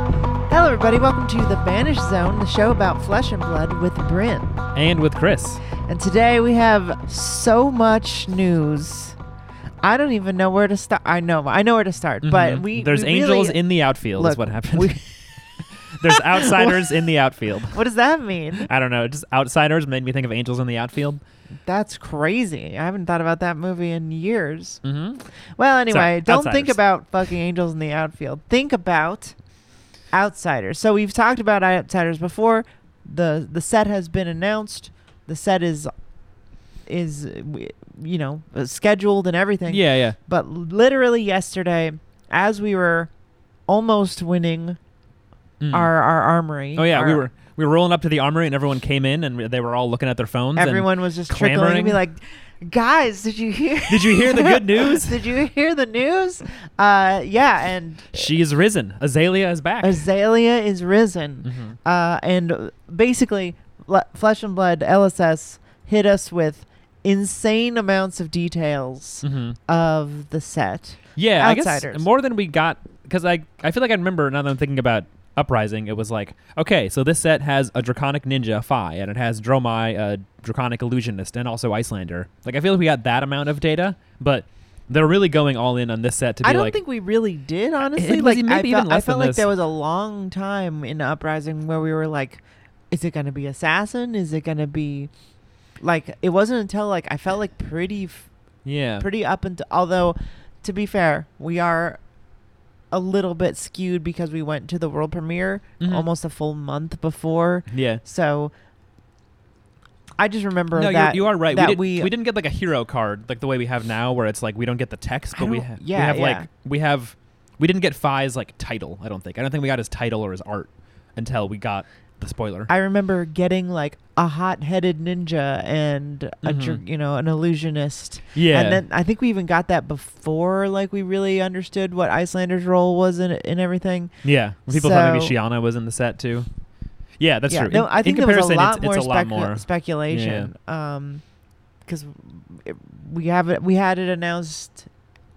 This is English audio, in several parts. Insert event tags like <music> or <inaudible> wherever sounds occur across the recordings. Hello, everybody. Welcome to The Banish Zone, the show about flesh and blood with Bryn. And with Chris. And today we have so much news. I don't even know where to start. I know, I know where to start, but Mhm. we There's we really- angels in the outfield, Look, is what happened. we- <laughs> <laughs> There's outsiders in the outfield. What does that <laughs> mean? I don't know. Just outsiders made me think of angels in the outfield. That's crazy. I haven't thought about that movie in years. Mm-hmm. Well, anyway, Sorry, don't think Outsiders. about fucking angels in the outfield. Think about outsiders. So we've talked about outsiders before. the The set has been announced. The set is is uh, w- you know uh, scheduled and everything. Yeah, yeah. But literally yesterday, as we were almost winning Mm. our our armory. oh yeah, we our- were we were rolling up to the armory, and everyone came in, and we- they were all looking at their phones. and- Everyone was just trickling to clamoring. me like, guys, did you hear? Did you hear the <laughs> good news? did you hear the news? Uh, yeah, and she is risen. Azalea is back. Azalea is risen. Mhm. Uh, and uh, basically, L- Flesh and Blood LSS hit us with insane amounts of details Mhm. of the set. Yeah, I Outsiders. guess more than we got because I I feel like I remember now that I'm thinking about Uprising. It was like okay, so this set has a draconic ninja Phi, and it has Dromai, a draconic illusionist, and also Icelander. Like I feel like we got that amount of data, but they're really going all in on this set to be I don't like think we really did, honestly. was Like, even- I maybe felt, even I less felt than like this. there was a long time in Uprising where we were like, is it going to be Assassin? Is it going to be. Like, it wasn't until, like, I felt like pretty. F- yeah. pretty up and although to be fair we are a little bit skewed because we went to the world premiere Mhm. almost a full month before yeah. so i just remember No, that you, you are right. that we, did, we, didn't get like a hero card like the way we have now, where it's like we don't get the text, I but we, don't- ha- yeah, we have yeah. like we have we didn't get Phi's like title. I don't think. I don't think we got his title or his art until we got the spoiler. i remember getting like a hot-headed ninja and a dr- Mhm. you know an illusionist yeah, and then i think we even got that before like we really understood what icelander's role was in in everything yeah. People thought maybe So- Shiana was in the set too. Yeah, that's yeah. true. No, in, I think in there was a comparison, lot it's, more, it's a lot specu- more. speculation. Um 'cause because we have it, we had it announced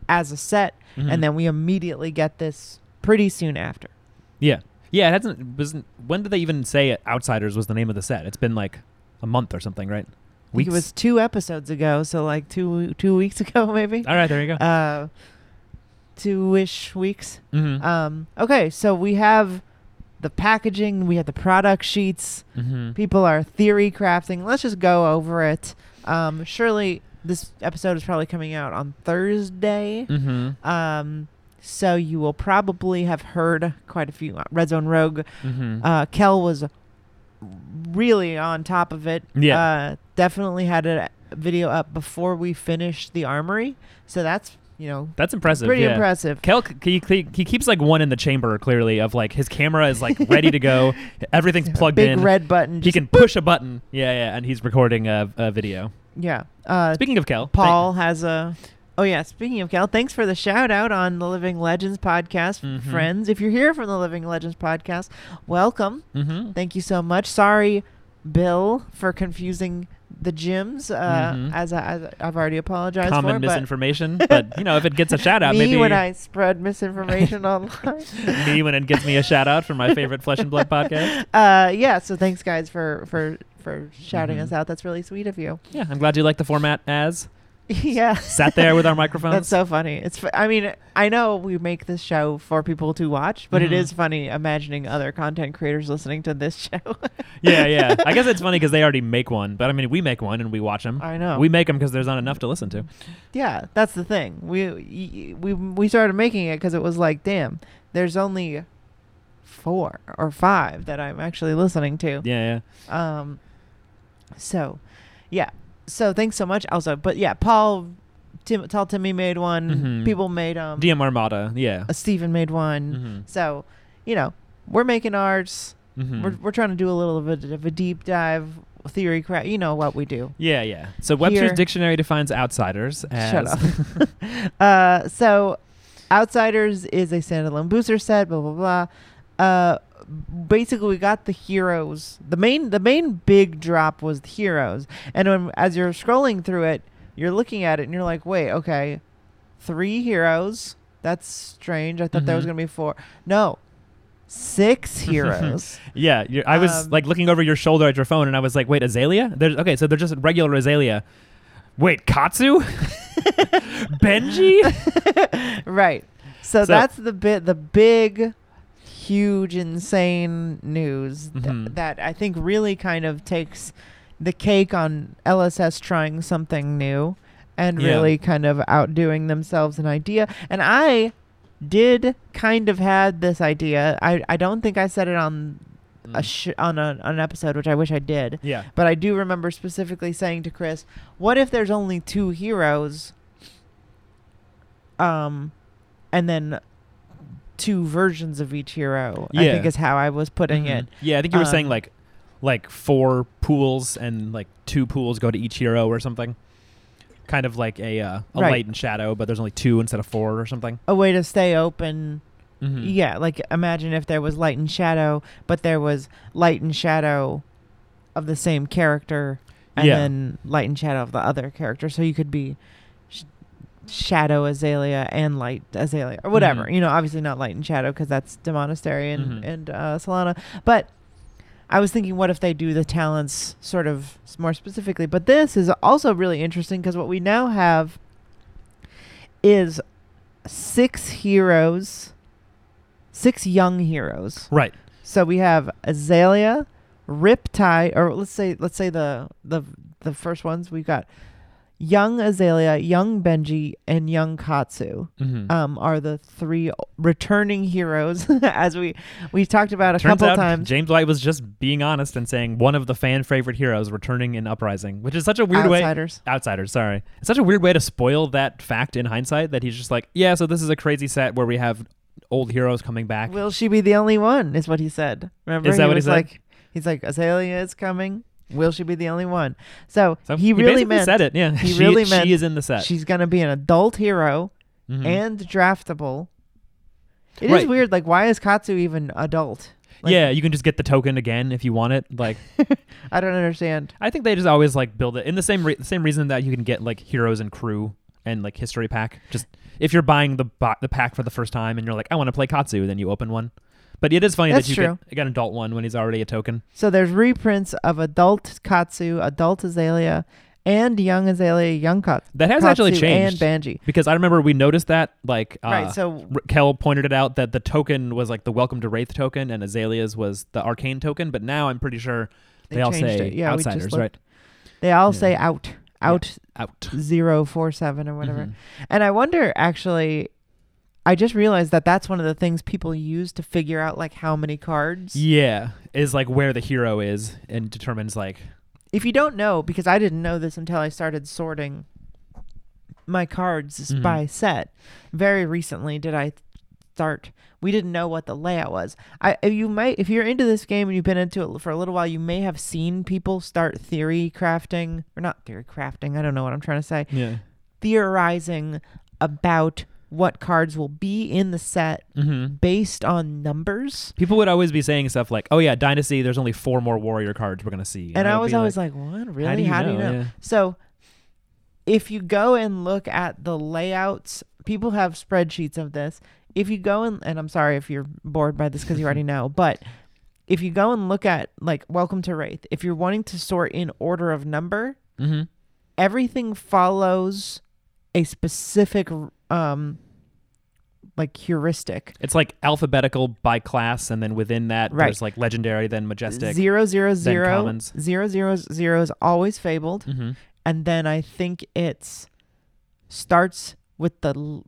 as a set, Mhm. and then we immediately get this pretty soon after. yeah, yeah. It hasn't. Wasn't. When did they even say it? Outsiders was the name of the set? It's been like a month or something, I right? think Weeks. it was two episodes ago, so like two two weeks <laughs> ago maybe. All right, there you go. Uh, two ish weeks. mm-hmm. Um, okay, so we have the packaging, we have the product sheets. mm-hmm. people are theory crafting. Let's just go over it. Um, surely this episode is probably coming out on Thursday. Mm-hmm. Um, so you will probably have heard quite a few. uh, Red Zone Rogue. Mm-hmm. Uh, Kel was really on top of it. Yeah. Uh, definitely had a video up before we finished the armory. So that's, you know, That's impressive. pretty yeah. impressive. Kel, he, he, he keeps like one in the chamber clearly of like his camera is like ready <laughs> to go. Everything's plugged Big in. red button. he just- can push a button. Yeah, yeah, and he's recording a, a video. yeah. Uh, Speaking of Kel, Paul has a. Oh yeah, speaking of Cal, thanks for the shout out on the Living Legends podcast, Mhm. friends. If you're here from the Living Legends podcast, welcome. mm-hmm. Thank you so much. Sorry, Bill, for confusing the gyms. Uh, Mhm. as, I, as I've already apologized common for, but misinformation, but you know if <laughs> it gets a shout out, me maybe when I spread <laughs> misinformation online. me when it gives me a shout out for my favorite Flesh <laughs> and Blood podcast. Uh, yeah. So thanks, guys, for for for shouting Mhm. us out. That's really sweet of you. Yeah, I'm glad you like the format. As <laughs> yeah. sat there with our microphones. That's so funny. It's. f- I mean, I know we make this show for people to watch, but it Mhm. is funny imagining other content creators listening to this <laughs> show. yeah, yeah. I guess it's funny because they already make one, but I mean we make one and we watch them. I know. We make them because there's not enough to listen to. <laughs> yeah, that's the thing. We y- y- we we started making it because it was like, damn, there's only four or five that I'm actually listening to. Yeah, Um, so, yeah. So thanks so much, also. But yeah, Paul, Tim, Tall Timmy made one. Mhm. People made um. yeah. DM Armada. Yeah. uh, Steven made one. Mhm. So, you know, we're making ours. Mhm. We're, we're trying to do a little bit of a deep dive theory crap. You know what we <laughs> do. Yeah, yeah. So Webster's Here- dictionary defines outsiders as Shut up. uh, so, Outsiders is a standalone booster set. Blah blah blah. Uh, basically, we got the heroes. The main the main big drop was the heroes. And when, as you're scrolling through it, you're looking at it and you're like, wait, okay, three heroes. That's strange. I thought there was Mhm. gonna be four. No, six heroes. <laughs> Yeah, you I was Um, like looking over your shoulder at your phone, and I was like, "Wait, Azalea? There's okay, so they're just regular Azalea. <laughs> Wait, Katsu, <laughs> Benji. right. So, So- that's the bit the big huge insane news th- Mhm. that I think really kind of takes the cake on LSS trying something new and Yeah. really kind of outdoing themselves an idea. And I did kind of had this idea. I, I don't think I said it on Mm. a sh- on, a, on an episode, which I wish I did. yeah, But I do remember specifically saying to Chris, "What if there's only two heroes, um, and then two versions of each hero?" I Yeah. think is how I was putting Mhm. it. Yeah, I think you were saying Um, like, like four pools, and like two pools go to each hero or something. Kind of like a uh, a Right. light and shadow, but there's only two instead of four or something. A way to stay open. Mm-hmm. Yeah, like imagine if there was light and shadow, but there was light and shadow of the same character, and Yeah. then light and shadow of the other character, so you could be. Sh- Shadow Azalea and Light Azalea, or whatever. Mhm. You know, obviously not Light and Shadow because that's Demonastery and Mhm. and uh, Solana. But I was thinking, what if they do the talents sort of s- more specifically? But this is also really interesting because what we now have is six heroes, six young heroes. Right. So we have Azalea, Riptide, or let's say let's say the the the first ones we've got young Azalea, young Benji, and young Katsu Mm-hmm. um, are the three returning heroes <laughs> as we we talked about a Turns couple out times. James White was just being honest and saying one of the fan favorite heroes returning in Uprising, which is such a weird way. Outsiders. Outsiders, sorry. It's such a weird way to spoil that fact in hindsight that he's just like, yeah, so this is a crazy set where we have old heroes coming back. Will she be the only one? Is what he said. Remember, Is that he what he was said? like he's like Azalea is coming. Will she be the only one? So, so he really basically meant said it. Yeah, he <laughs> she, really she meant is in the set. she's gonna be an adult hero Mhm. and draftable. It is Right. weird. Like, why is Katsu even adult? like- yeah, you can just get the token again if you want it. Like, I don't understand. I think they just always like build it in the same re- same reason that you can get like heroes and crew and like history pack. Just if you're buying the bo- the pack for the first time and you're like, I want to play Katsu, then you open one. But it is funny That's that you true. get, get an adult one when he's already a token. So there's reprints of adult Katsu, adult Azalea, and young Azalea, young Katsu. That has actually Katsu changed And Banji. because I remember we noticed that like uh, right. So R- Kel pointed it out that the token was like the Welcome to Wraith token and Azalea's was the Arcane token, but now I'm pretty sure they, They all changed say it. Yeah, we just outsiders, looked. right? they all Yeah. say out, out Out. zero four seven or whatever. Mhm. And I wonder actually. I just realized that that's one of the things people use to figure out like how many cards. Yeah, is like where the hero is and determines like if you don't know, because I didn't know this until I started sorting my cards Mhm. by set. Very recently did I start. We didn't know what the layout was. I if you might if you're into this game and you've been into it for a little while, you may have seen people start theory crafting or not theory crafting. I don't know what I'm trying to say. yeah. Theorizing about what cards will be in the set Mm-hmm. based on numbers. People would always be saying stuff like, "Oh yeah, Dynasty. There's only four more warrior cards we're gonna see." And I would was be always like, "What? Really? How do you know?" Yeah. So if you go and look at the layouts, people have spreadsheets of this. If you go and and I'm sorry if you're bored by this because you already know, but if you go and look at like Welcome to Wraith, if you're wanting to sort in order of number, Mm-hmm. everything follows a specific um like heuristic. It's like alphabetical by class, and then within that, Right. there's like legendary, then majestic. Zero zero zero commons. zero zero zero is always fabled. mm-hmm. and then I think it's starts with the l-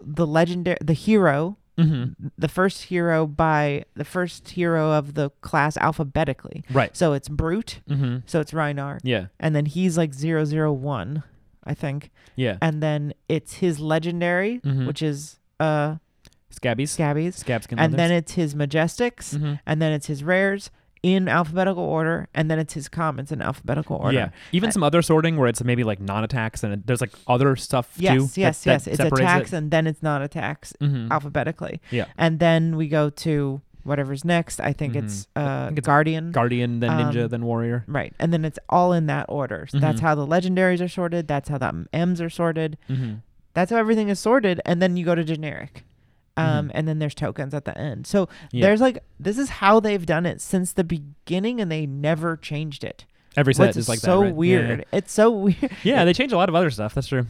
the legendary the hero Mm-hmm. the first hero by the first hero of the class alphabetically Right. so it's brute Mm-hmm. so it's Reinar Yeah. and then he's like 001 I think Yeah. and then it's his legendary Mhm. which is uh Scabbies. Scabbies Scabskin. and then it's his majestics Mhm. and then it's his rares in alphabetical order and then it's his commons in alphabetical order Yeah. Even some other sorting where it's maybe like non-attacks, and it- there's like other stuff too. Yes, that- yes, that yes. It's separates attacks It. and then it's not attacks Mhm. alphabetically. Yeah. And then we go to whatever's next. I think it's uh Mm-hmm. think it's Guardian. Guardian, then ninja, um, then warrior. right. And then it's all in that order. So that's Mhm. how the legendaries are sorted, that's how the M's are sorted. Mm-hmm. That's how everything is sorted and then you go to generic. Um, and then there's tokens at the end. So Mm-hmm. Yeah. there's like this is how they've done it since the beginning, and they never changed it. Every set Which is like that. so right? Yeah, yeah. weird. It's so weird. <laughs> Yeah, they change a lot of other stuff. That's true.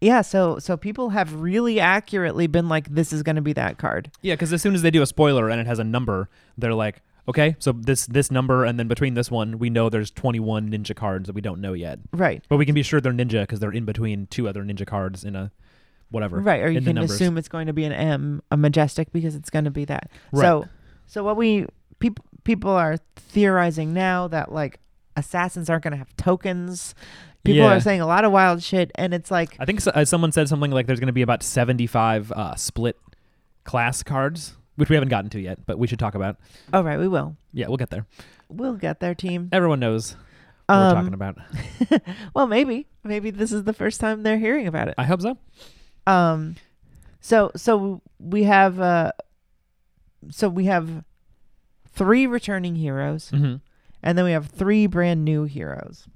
Yeah, so so people have really accurately been like, this is going to be that card. Yeah, because as soon as they do a spoiler and it has a number, they're like, okay, so this this number, and then between this one, we know there's 21 ninja cards that we don't know yet, Right. but we can be sure they're ninja because they're in between two other ninja cards in a whatever. Right. Or you in the can numbers. assume it's going to be an M, a majestic, because it's going to be that. Right. So so what we people people are theorizing now that like assassins aren't going to have tokens. People Yeah. are saying a lot of wild shit, and it's like I think so, uh, someone said something like there's going to be about 75 uh, split class cards, which we haven't gotten to yet, but we should talk about. All right, we will. Yeah, we'll get there. We'll get there, team. Um, Everyone knows what we're talking about. Well, maybe, maybe this is the first time they're hearing about it. I hope so. Um, so so we have uh, so we have three returning heroes, hmm and then we have three brand new heroes,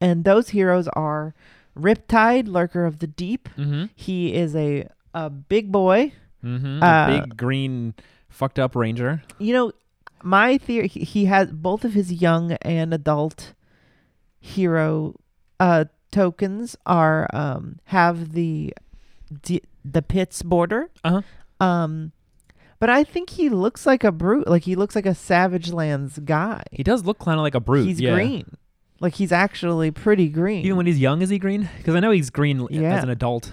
and those heroes are Riptide, Lurker of the Deep. hmm He is a a big boy. hmm Uh, big green fucked up ranger. You know, my theory he, he has both of his young and adult hero uh tokens are um have the d- the pits border. Uh-huh. Um but I think he looks like a brute, like he looks like a Savage Lands guy. He does look kind of like a brute. he's yeah. green. Like he's actually pretty green. Even when he's young, is he green? Because I know he's green l- Yeah. as an adult.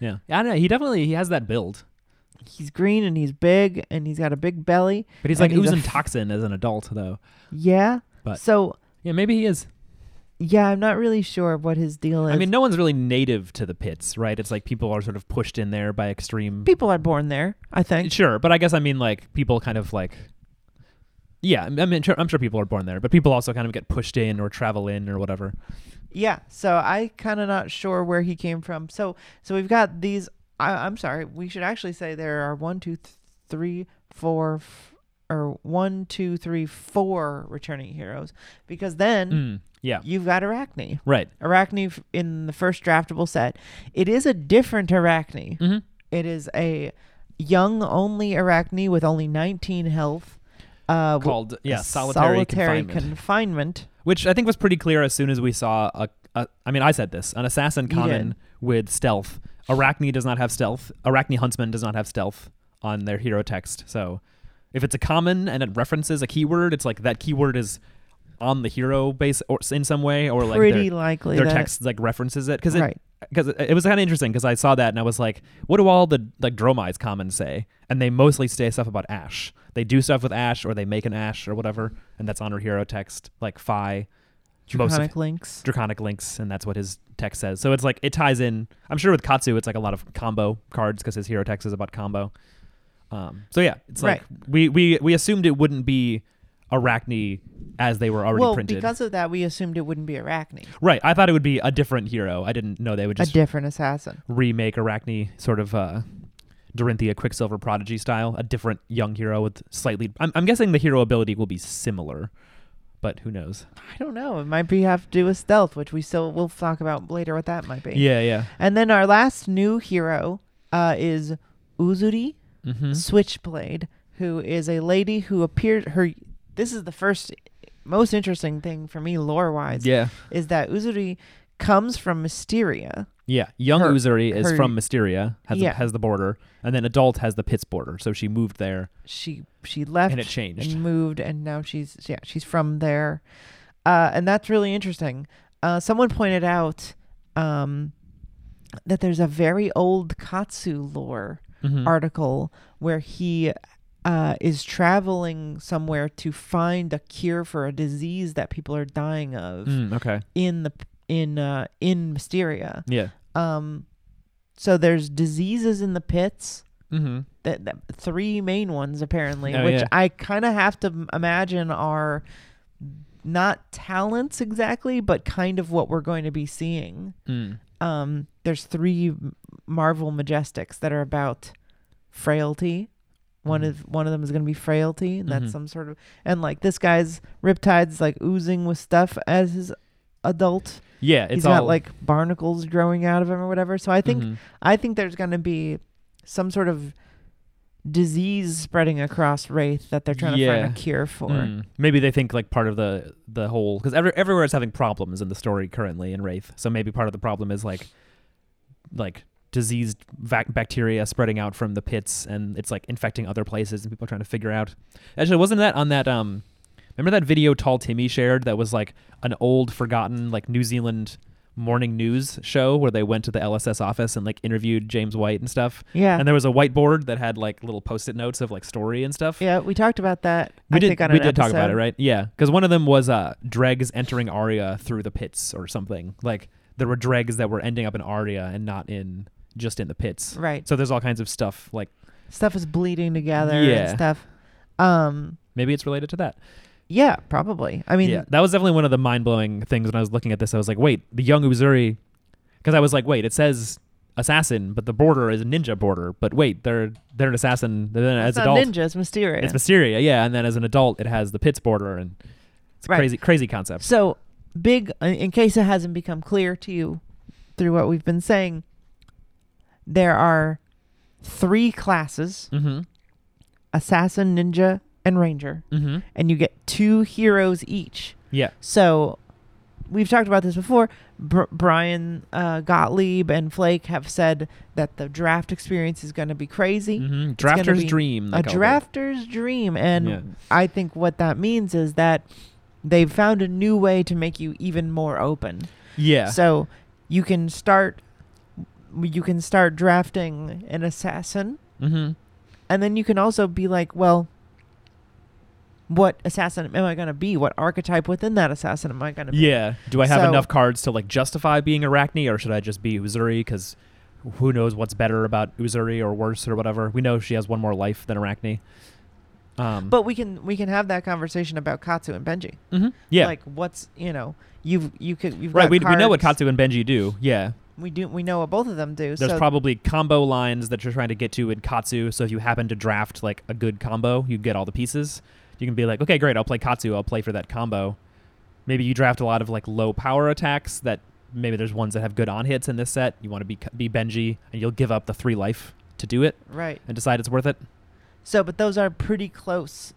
Yeah, I don't know. He definitely he has that build, he's green and he's big and he's got a big belly. but he's And like he's a oozing f- toxin as an adult though. Yeah. But- so Yeah, maybe he is. yeah, I'm not really sure what his deal is. I mean, no one's really native to the pits, right? It's like people are sort of pushed in there by extreme. people are born there, I think. <laughs> Sure, but I guess I mean like people kind of like. Yeah, I mean, sure, I'm sure people are born there, but people also kind of get pushed in or travel in or whatever. Yeah, so I kind of not sure where he came from. So so we've got these. I, I'm sorry, we should actually say there are one, two, th- three, four, f- or one, two, three, four returning heroes because then Mm, yeah, you've got Arachne. right. Arachne f- in the first draftable set. It is a different Arachne. Mm-hmm. It is a young only Arachne with only 19 health. Uh, w- Called yeah, solitary, solitary confinement. confinement. which I think was pretty clear as soon as we saw a. a I mean, I said this: an assassin You common with stealth. Arachne does not have stealth. Arachne huntsman does not have stealth on their hero text. So, if it's a common and it references a keyword, it's like that keyword is on the hero base or in some way, or like Pretty their, likely their that text like references it because it Right. because it, it was kind of interesting because I saw that and I was like, what do all the like Dromai's commons say? And they mostly say stuff about Ash. They do stuff with Ash or they make an Ash or whatever, and that's on her hero text, like Phi, most of Draconic links. Draconic Links, and that's what his text says. So it's like it ties in. I'm sure with Katsu, it's like a lot of combo cards because his hero text is about combo. Um, so yeah, it's like we we we assumed it wouldn't be Arachne as they were already well, printed. because of that, we assumed it wouldn't be Arachne, right, I thought it would be a different hero. I didn't know they would a just different assassin. remake Arachne sort of uh Dorinthia Quicksilver Prodigy style, a different young hero with slightly I'm, I'm guessing the hero ability will be similar, but who knows. I don't know. It might be have to do with stealth, which we still will talk about later. What that might be. Yeah, yeah. And then our last new hero uh, is Uzuri Mhm. Switchblade, who is a lady who appeared. Her this is the first most interesting thing for me lore wise Yeah. is that Uzuri comes from Mysteria. Yeah, young Her- Uzuri is her- from Mysteria, has Yeah. the, has the border, and then adult has the Pits border. So she moved there. She she left And it changed. and moved and now she's yeah she's from there, uh, and that's really interesting. Uh, someone pointed out um, that there's a very old Katsu lore Mhm. article where he uh, is traveling somewhere to find a cure for a disease that people are dying of Mm, okay. in the in uh, in Mysteria. Yeah. Um, so there's diseases in the pits. Mhm. That, that three main ones apparently, Oh, which yeah. I kind of have to m- imagine are not talents exactly, but kind of what we're going to be seeing. Mm. Um, there's three M- Marvel Majestics that are about frailty. One Mhm. of one of them is going to be frailty, and that's Mhm. some sort of and like this guy's Riptide's like oozing with stuff as his adult. Yeah, it's He's all got like barnacles growing out of him or whatever. So I think Mhm. I think there's going to be some sort of disease spreading across Wraith that they're trying to Yeah. find a cure for. Mm. Maybe they think like part of the the whole because every, everywhere is having problems in the story currently in Wraith. So maybe part of the problem is like like diseased vac- bacteria spreading out from the pits and it's like infecting other places and people are trying to figure out. Actually, wasn't that on that um? Remember that video Tall Timmy shared that was like an old forgotten like New Zealand morning news show where they went to the LSS office and like interviewed James White and stuff. Yeah. And there was a whiteboard that had like little post-it notes of like story and stuff. yeah, we talked about that. We I did. think on we an did talk about it, episode. right? Yeah, because one of them was uh, dregs entering Arya through the pits or something. Like there were dregs that were ending up in Arya and not in just in the pits. Right. So there's all kinds of stuff. Like Stuff is bleeding together Yeah. and stuff. Um maybe it's related to that. yeah, probably. I mean, yeah, that was definitely one of the mind blowing things when I was looking at this. I was like, wait, the young Uzuri, because I was like, wait, it says assassin, but the border is a ninja border. But wait, they're they're an assassin. Then it's as not adult, ninja, it's Mysterio. it's Mysteria. Yeah, and then as an adult, it has the pits border, and it's a Right. crazy crazy concept. So, big, uh, in in case it hasn't become clear to you through what we've been saying, there are three classes Mm-hmm. assassin, ninja, and ranger, Mm-hmm. and you get two heroes each. Yeah. So, we've talked about this before. Br- Brian uh, Gottlieb and Flake have said that the draft experience is going to be crazy. Mm-hmm. gonna Drafter's be dream. they a call it. drafter's dream and Yeah. i think what that means is that they've found a new way to make you even more open Yeah. so you can start you can start drafting an assassin mm-hmm. and then you can also be like well what assassin am i going to be what archetype within that assassin am i going to be Yeah. Do I have So- enough cards to like justify being Arachne, or should I just be Uzuri? Because who knows what's better about Uzuri or worse or whatever? We know she has one more life than Arachne. Um, but we can we can have that conversation about katsu and benji Mhm. yeah, like what's you know you've you could you've right. got We, we know what cards. Katsu and Benji do. Yeah. we do we know what both of them do There's so probably combo lines that you're trying to get to in Katsu. So if you happen to draft like a good combo, you get all the pieces. You can be like, okay, great, I'll play Katsu. I'll play for that combo. Maybe you draft a lot of like low power attacks that maybe there's ones that have good on hits in this set. You want to be be Benji, and you'll give up the three life to do it right and decide it's worth it. So, but those are pretty close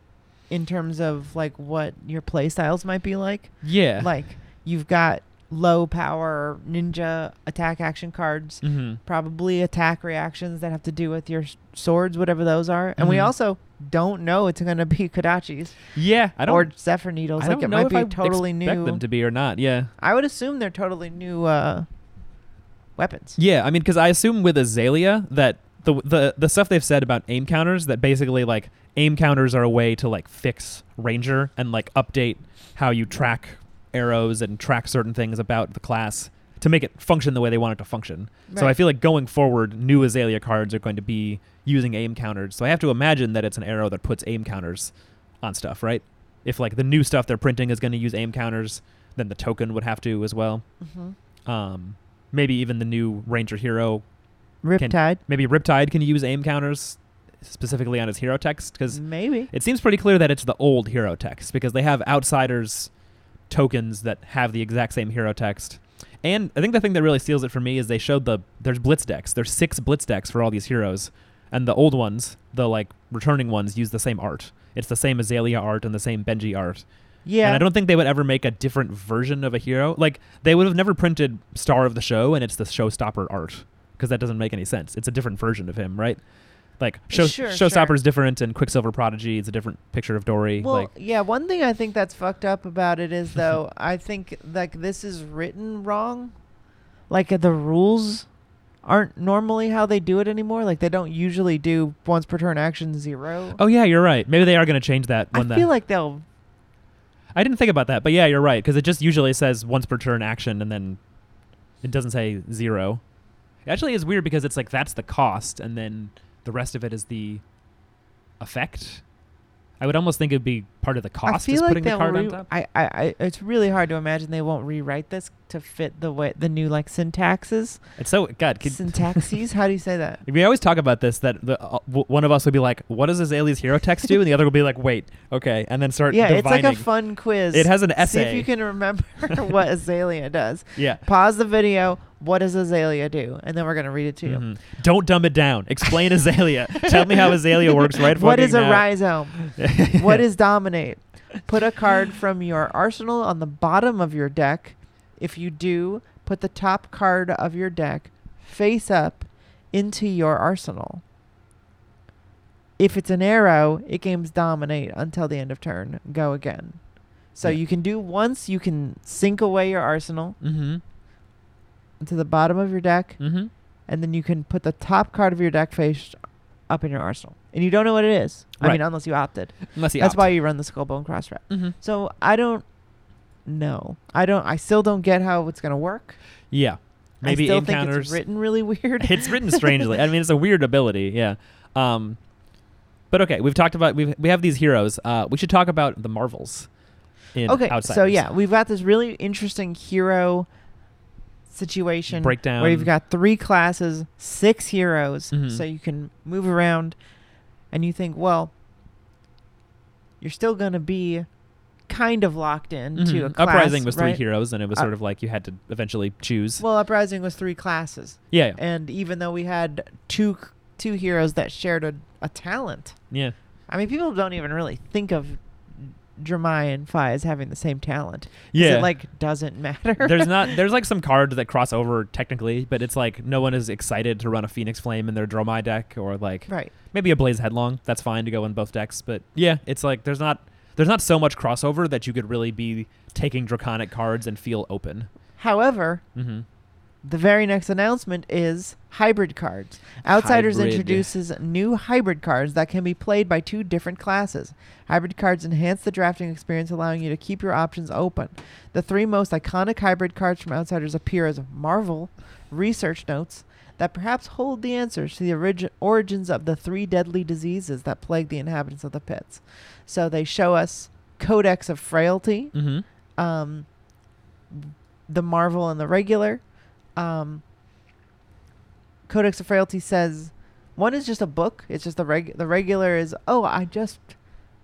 in terms of like what your play styles might be like. Yeah. Like you've got low power ninja attack action cards, mm-hmm. probably attack reactions that have to do with your s- swords, whatever those are. And we Mhm. also don't know it's going to be Kadachis yeah. I don't. or Zephyr Needles. I like don't it know might if be I totally expect new. them to be or not. Yeah. I would assume they're totally new uh, weapons. Yeah, I mean, because I assume with Azalea that the the the stuff they've said about aim counters that basically like aim counters are a way to like fix Ranger and like update how you track arrows and track certain things about the class to make it function the way they want it to function. So Right. I feel like going forward, new Azalea cards are going to be using aim counters. So I have to imagine that it's an arrow that puts aim counters on stuff, right? If like the new stuff they're printing is going to use aim counters, then the token would have to as well Mm-hmm. um, maybe even the new ranger hero Riptide. maybe riptide can use aim counters specifically on his hero text because Maybe. it seems pretty clear that it's the old hero text because they have outsiders tokens that have the exact same hero text and i think the thing that really seals it for me is they showed the there's blitz decks there's six blitz decks for all these heroes and the old ones the like returning ones use the same art it's the same azalea art and the same benji art Yeah. and I don't think they would ever make a different version of a hero. Like they would have never printed Star of the Show and it's the Showstopper art because that doesn't make any sense. It's a different version of him, right? Like show, Sure, Showstopper sure. is different and Quicksilver Prodigy is a different picture of Dory. Well, like yeah, one thing I think that's fucked up about it is <laughs> though I think like this is written wrong. Like uh, the rules aren't normally how they do it anymore. Like they don't usually do once per turn action zero. oh yeah, you're right. Maybe they are going to change that I when the feel like they'll I didn't think about that, but yeah, you're right because it just usually says once per turn action and then it doesn't say zero. It actually is weird because it's like that's the cost and then the rest of it is the effect. I would almost think it'd be part of the cost I is feel like putting the they'll card re- on top. I, I I it's really hard to imagine they won't rewrite this to fit the way the new like syntaxes. It's so God. Could, syntaxes? How do you say that? <laughs> we always talk about this that the, uh, w- one of us would be like, "What does this alias hero text do?" and the other would be like, "Wait, okay," and then start yeah, divining. it's like a fun quiz. It has an See essay. if you can remember <laughs> what azalea does. yeah. Pause the video. What does azalea do? And then we're gonna read it to you. Mhm. Don't dumb it down. <laughs> Explain Azalea. Tell me how Azalea works right What fucking is a now. <laughs> rhizome? <laughs> what is dominate? Put a card from your arsenal on the bottom of your deck. If you do, put the top card of your deck face up into your arsenal. If it's an arrow, it gains dominate until the end of turn. Go again. So Yeah. you can do once, you can sink away your arsenal Mm-hmm. into the bottom of your deck, Mm-hmm. and then you can put the top card of your deck face up in your arsenal. And you don't know what it is. I Right. mean, unless you opted. Unless he That's opts. why you run the skullbone cross route. Mhm. So I don't know. I don't. I still don't get how it's gonna work. Yeah. Maybe I still think encounters. it's <laughs> written really <laughs> weird. it's written strangely. I mean, it's a weird ability. Yeah. Um, but okay, we've talked about we we have these heroes. Uh, we should talk about the Marvels. In okay, Outsiders. so yeah, we've got this really interesting hero situation Breakdown. where you've got three classes, six heroes, Mhm. so you can move around, and you think, well, you're still gonna be kind of locked in Mhm. to a class. Uprising was three right? heroes, and it was Uh, sort of like you had to eventually choose. Well, uprising was three classes, yeah, yeah, and even though we had two two heroes that shared a, a talent. yeah. I mean, people don't even really think of Jeremiah and Fi as having the same talent. 'Cause Yeah. it like doesn't <laughs> matter. there's not there's like some cards that cross over technically, but it's like no one is excited to run a Phoenix Flame in their Dromai deck or like right. maybe a Blaze Headlong. That's fine to go in both decks, but yeah, it's like there's not there's not so much crossover that you could really be taking draconic cards and feel open. However, Mm-hmm. the very next announcement is hybrid cards. Outsiders Hybrid. introduces new hybrid cards that can be played by two different classes. Hybrid cards enhance the drafting experience, allowing you to keep your options open. The three most iconic hybrid cards from Outsiders appear as Marvel research notes that perhaps hold the answers to the origi- origins of the three deadly diseases that plague the inhabitants of the pits. So they show us Codex of Frailty Mm-hmm. um, the Marvel and the regular. Um, Codex of Frailty says one is just a book. It's just the reg. The regular is oh, I just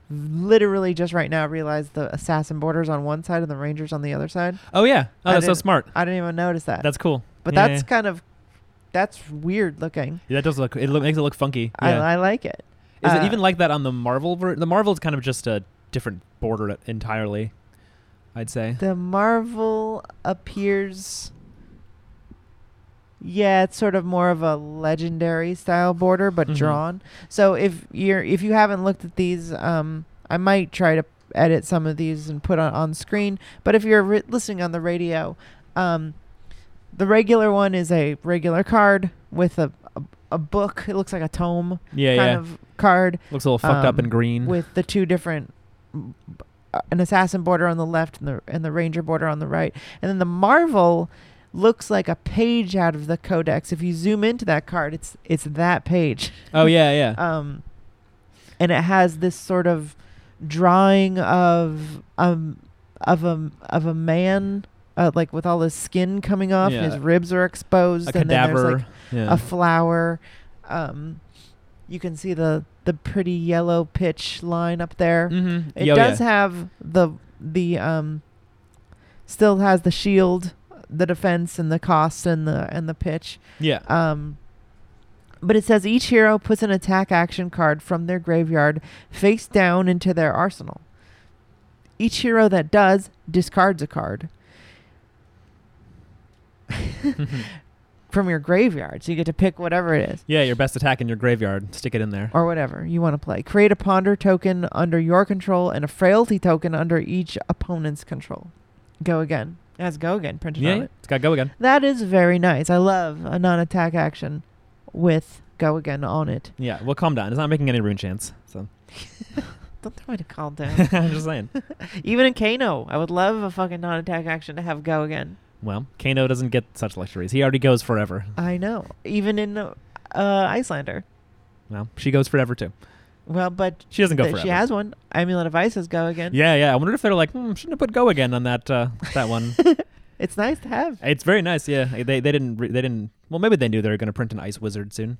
literally just right now realized the assassin borders on one side and the rangers on the other side. Oh yeah, oh I that's so didn't- smart. I didn't even notice that. That's cool. but Yeah, that's yeah. kind of that's weird looking. Yeah, that does look it look, makes it look funky. Yeah. I, I like it. is uh, it even like that on the Marvel? Ver- the Marvel is kind of just a different border entirely. I'd say. The Marvel appears. Yeah, it's sort of more of a legendary style border, but Mhm. drawn. So if you're if you haven't looked at these, um, I might try to edit some of these and put on on screen. But if you're ri listening on the radio, um, the regular one is a regular card with a a, a book. It looks like a tome yeah, kind yeah. of card Looks a little fucked up um, and green. with the two different mm, b- uh, an assassin border on the left and the and the ranger border on the right and then the marvel looks like a page out of the codex if you zoom into that card it's it's that page oh yeah, yeah. um and it has this sort of drawing of um of a of a man uh, like with all his skin coming off and Yeah. his ribs are exposed a and then there's cadaver. like yeah. a flower. Um, you can see the the pretty yellow pitch line up there. mm-hmm. It does have the the um, still has the shield, the defense, and the cost and the and the pitch. yeah. Um, but it says each hero puts an attack action card from their graveyard face down into their arsenal. Each hero that does discards a card Mm-hmm. from your graveyard, so you get to pick whatever it is. yeah, your best attack in your graveyard. Stick it in there. or whatever you want to play. Create a ponder token under your control and a frailty token under each opponent's control. Go again. It has go again printed yeah, on yeah. it. it's got to go again. That is very nice. I love a non attack action with go again on it. Yeah, well, calm down. It's not making any rune chance. So <laughs> Don't tell me to calm <laughs> down. I'm just saying. Even in Kano, I would love a fucking non attack action to have go again. Well, Kano doesn't get such luxuries. He already goes forever. I know. Even in uh, Icelander. Well, she goes forever too. Well, but She doesn't go th- forever. she has one. Amulet of Isis go again. <laughs> Yeah, yeah. I wonder if they're like, hmm, shouldn't have put go again on that uh, that one. It's nice to have. It's very nice. Yeah, Eh, they they didn't re- they didn't. Well, maybe they knew they were going to print an ice wizard soon.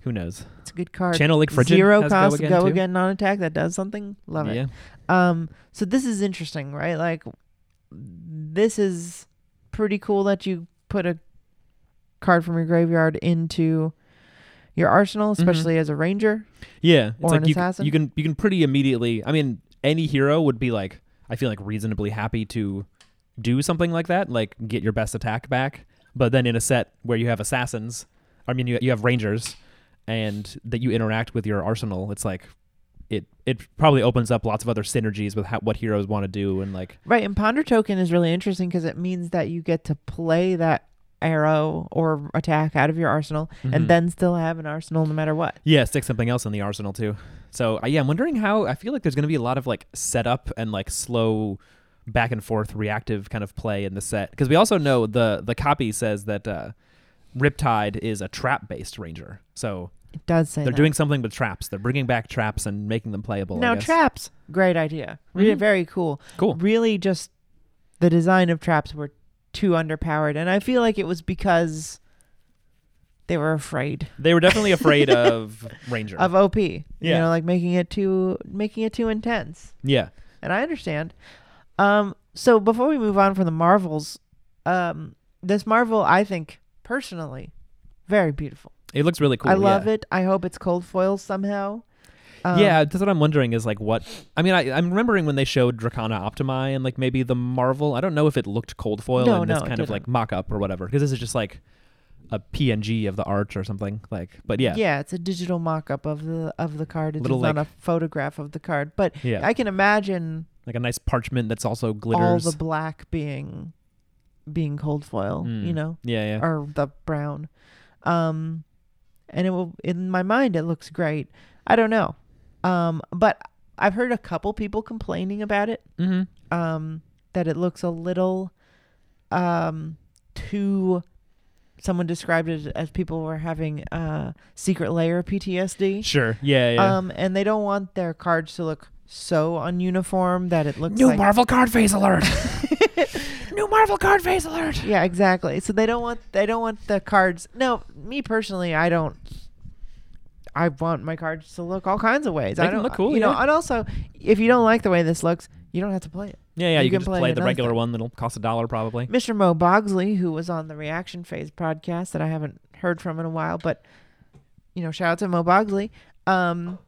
Who knows? It's a good card. Channel like frigid. Zero has cost, Go go again. too. non attack. That does something. Love yeah. it. Um, so this is interesting, right? Like, this is pretty cool that you put a card from your graveyard into your arsenal, Mm-hmm. especially as a ranger. Yeah, it's Or like an you, c- assassin? you can you can pretty immediately. I mean, any hero would be like, I feel like reasonably happy to do something like that, like get your best attack back. But then in a set where you have assassins, I mean, you you have rangers, and that you interact with your arsenal, it's like. It, it probably opens up lots of other synergies with how, what heroes want to do and like Right, and Ponder Token is really interesting because it means that you get to play that arrow or attack out of your arsenal Mhm. and then still have an arsenal no matter what. Yeah, stick something else in the arsenal too. So uh, yeah, I'm wondering how. I feel like there's going to be a lot of like setup and like slow, back and forth, reactive kind of play in the set because we also know the the copy says that uh, Riptide is a trap based ranger. So It does say they're that. doing something with traps. They're bringing back traps and making them playable. I now guess. traps, great idea. Really Mhm. very cool. Cool. Really just the design of traps were too underpowered and I feel like it was because they were afraid They were <laughs> definitely afraid of ranger. of OP. Yeah. You Yeah. know, like making it too making it too intense. yeah. and I understand. Um, so before we move on from the Marvels, um, this Marvel, I think personally, very beautiful. It looks really cool. I love yeah. it. I hope it's cold foil somehow. Um, yeah, that's what I'm wondering is like what I mean, I, I'm remembering when they showed Dracana Optimi and like maybe the Marvel. I don't know if it looked cold foil No, and no, this it kind of like mock up or whatever. Because this is just like a PNG of the art or something. Like but yeah. yeah, it's a digital mock-up of the of the card. It's Little, not like- a photograph of the card, but Yeah. I can imagine Like a nice parchment that's also glitters. all the black being being cold foil. Mm. You know, yeah, yeah. or the brown. Um, and it will in my mind it looks great. I don't know, um, but I've heard a couple people complaining about it mm-hmm. um, that it looks a little um, too. Someone described it as people were having uh, secret layer PTSD. Sure. Yeah, yeah. Um, and they don't want their cards to look so ununiform that it looks New like Marvel card <laughs> phase alert. New Marvel card phase alert. Yeah, exactly. So they don't want they don't want the cards. No, me personally, I don't. I want my cards to look all kinds of ways. They I can don't look cool, you know. yeah. And also, if you don't like the way this looks, you don't have to play it. Yeah, yeah, you, You can, can just play play, the another regular thing. one that'll cost a dollar probably. Mr. Mo Bogsley, who was on the Reaction Phase podcast that I haven't heard from in a while, but you know, shout out to Mo Bogsley. Um,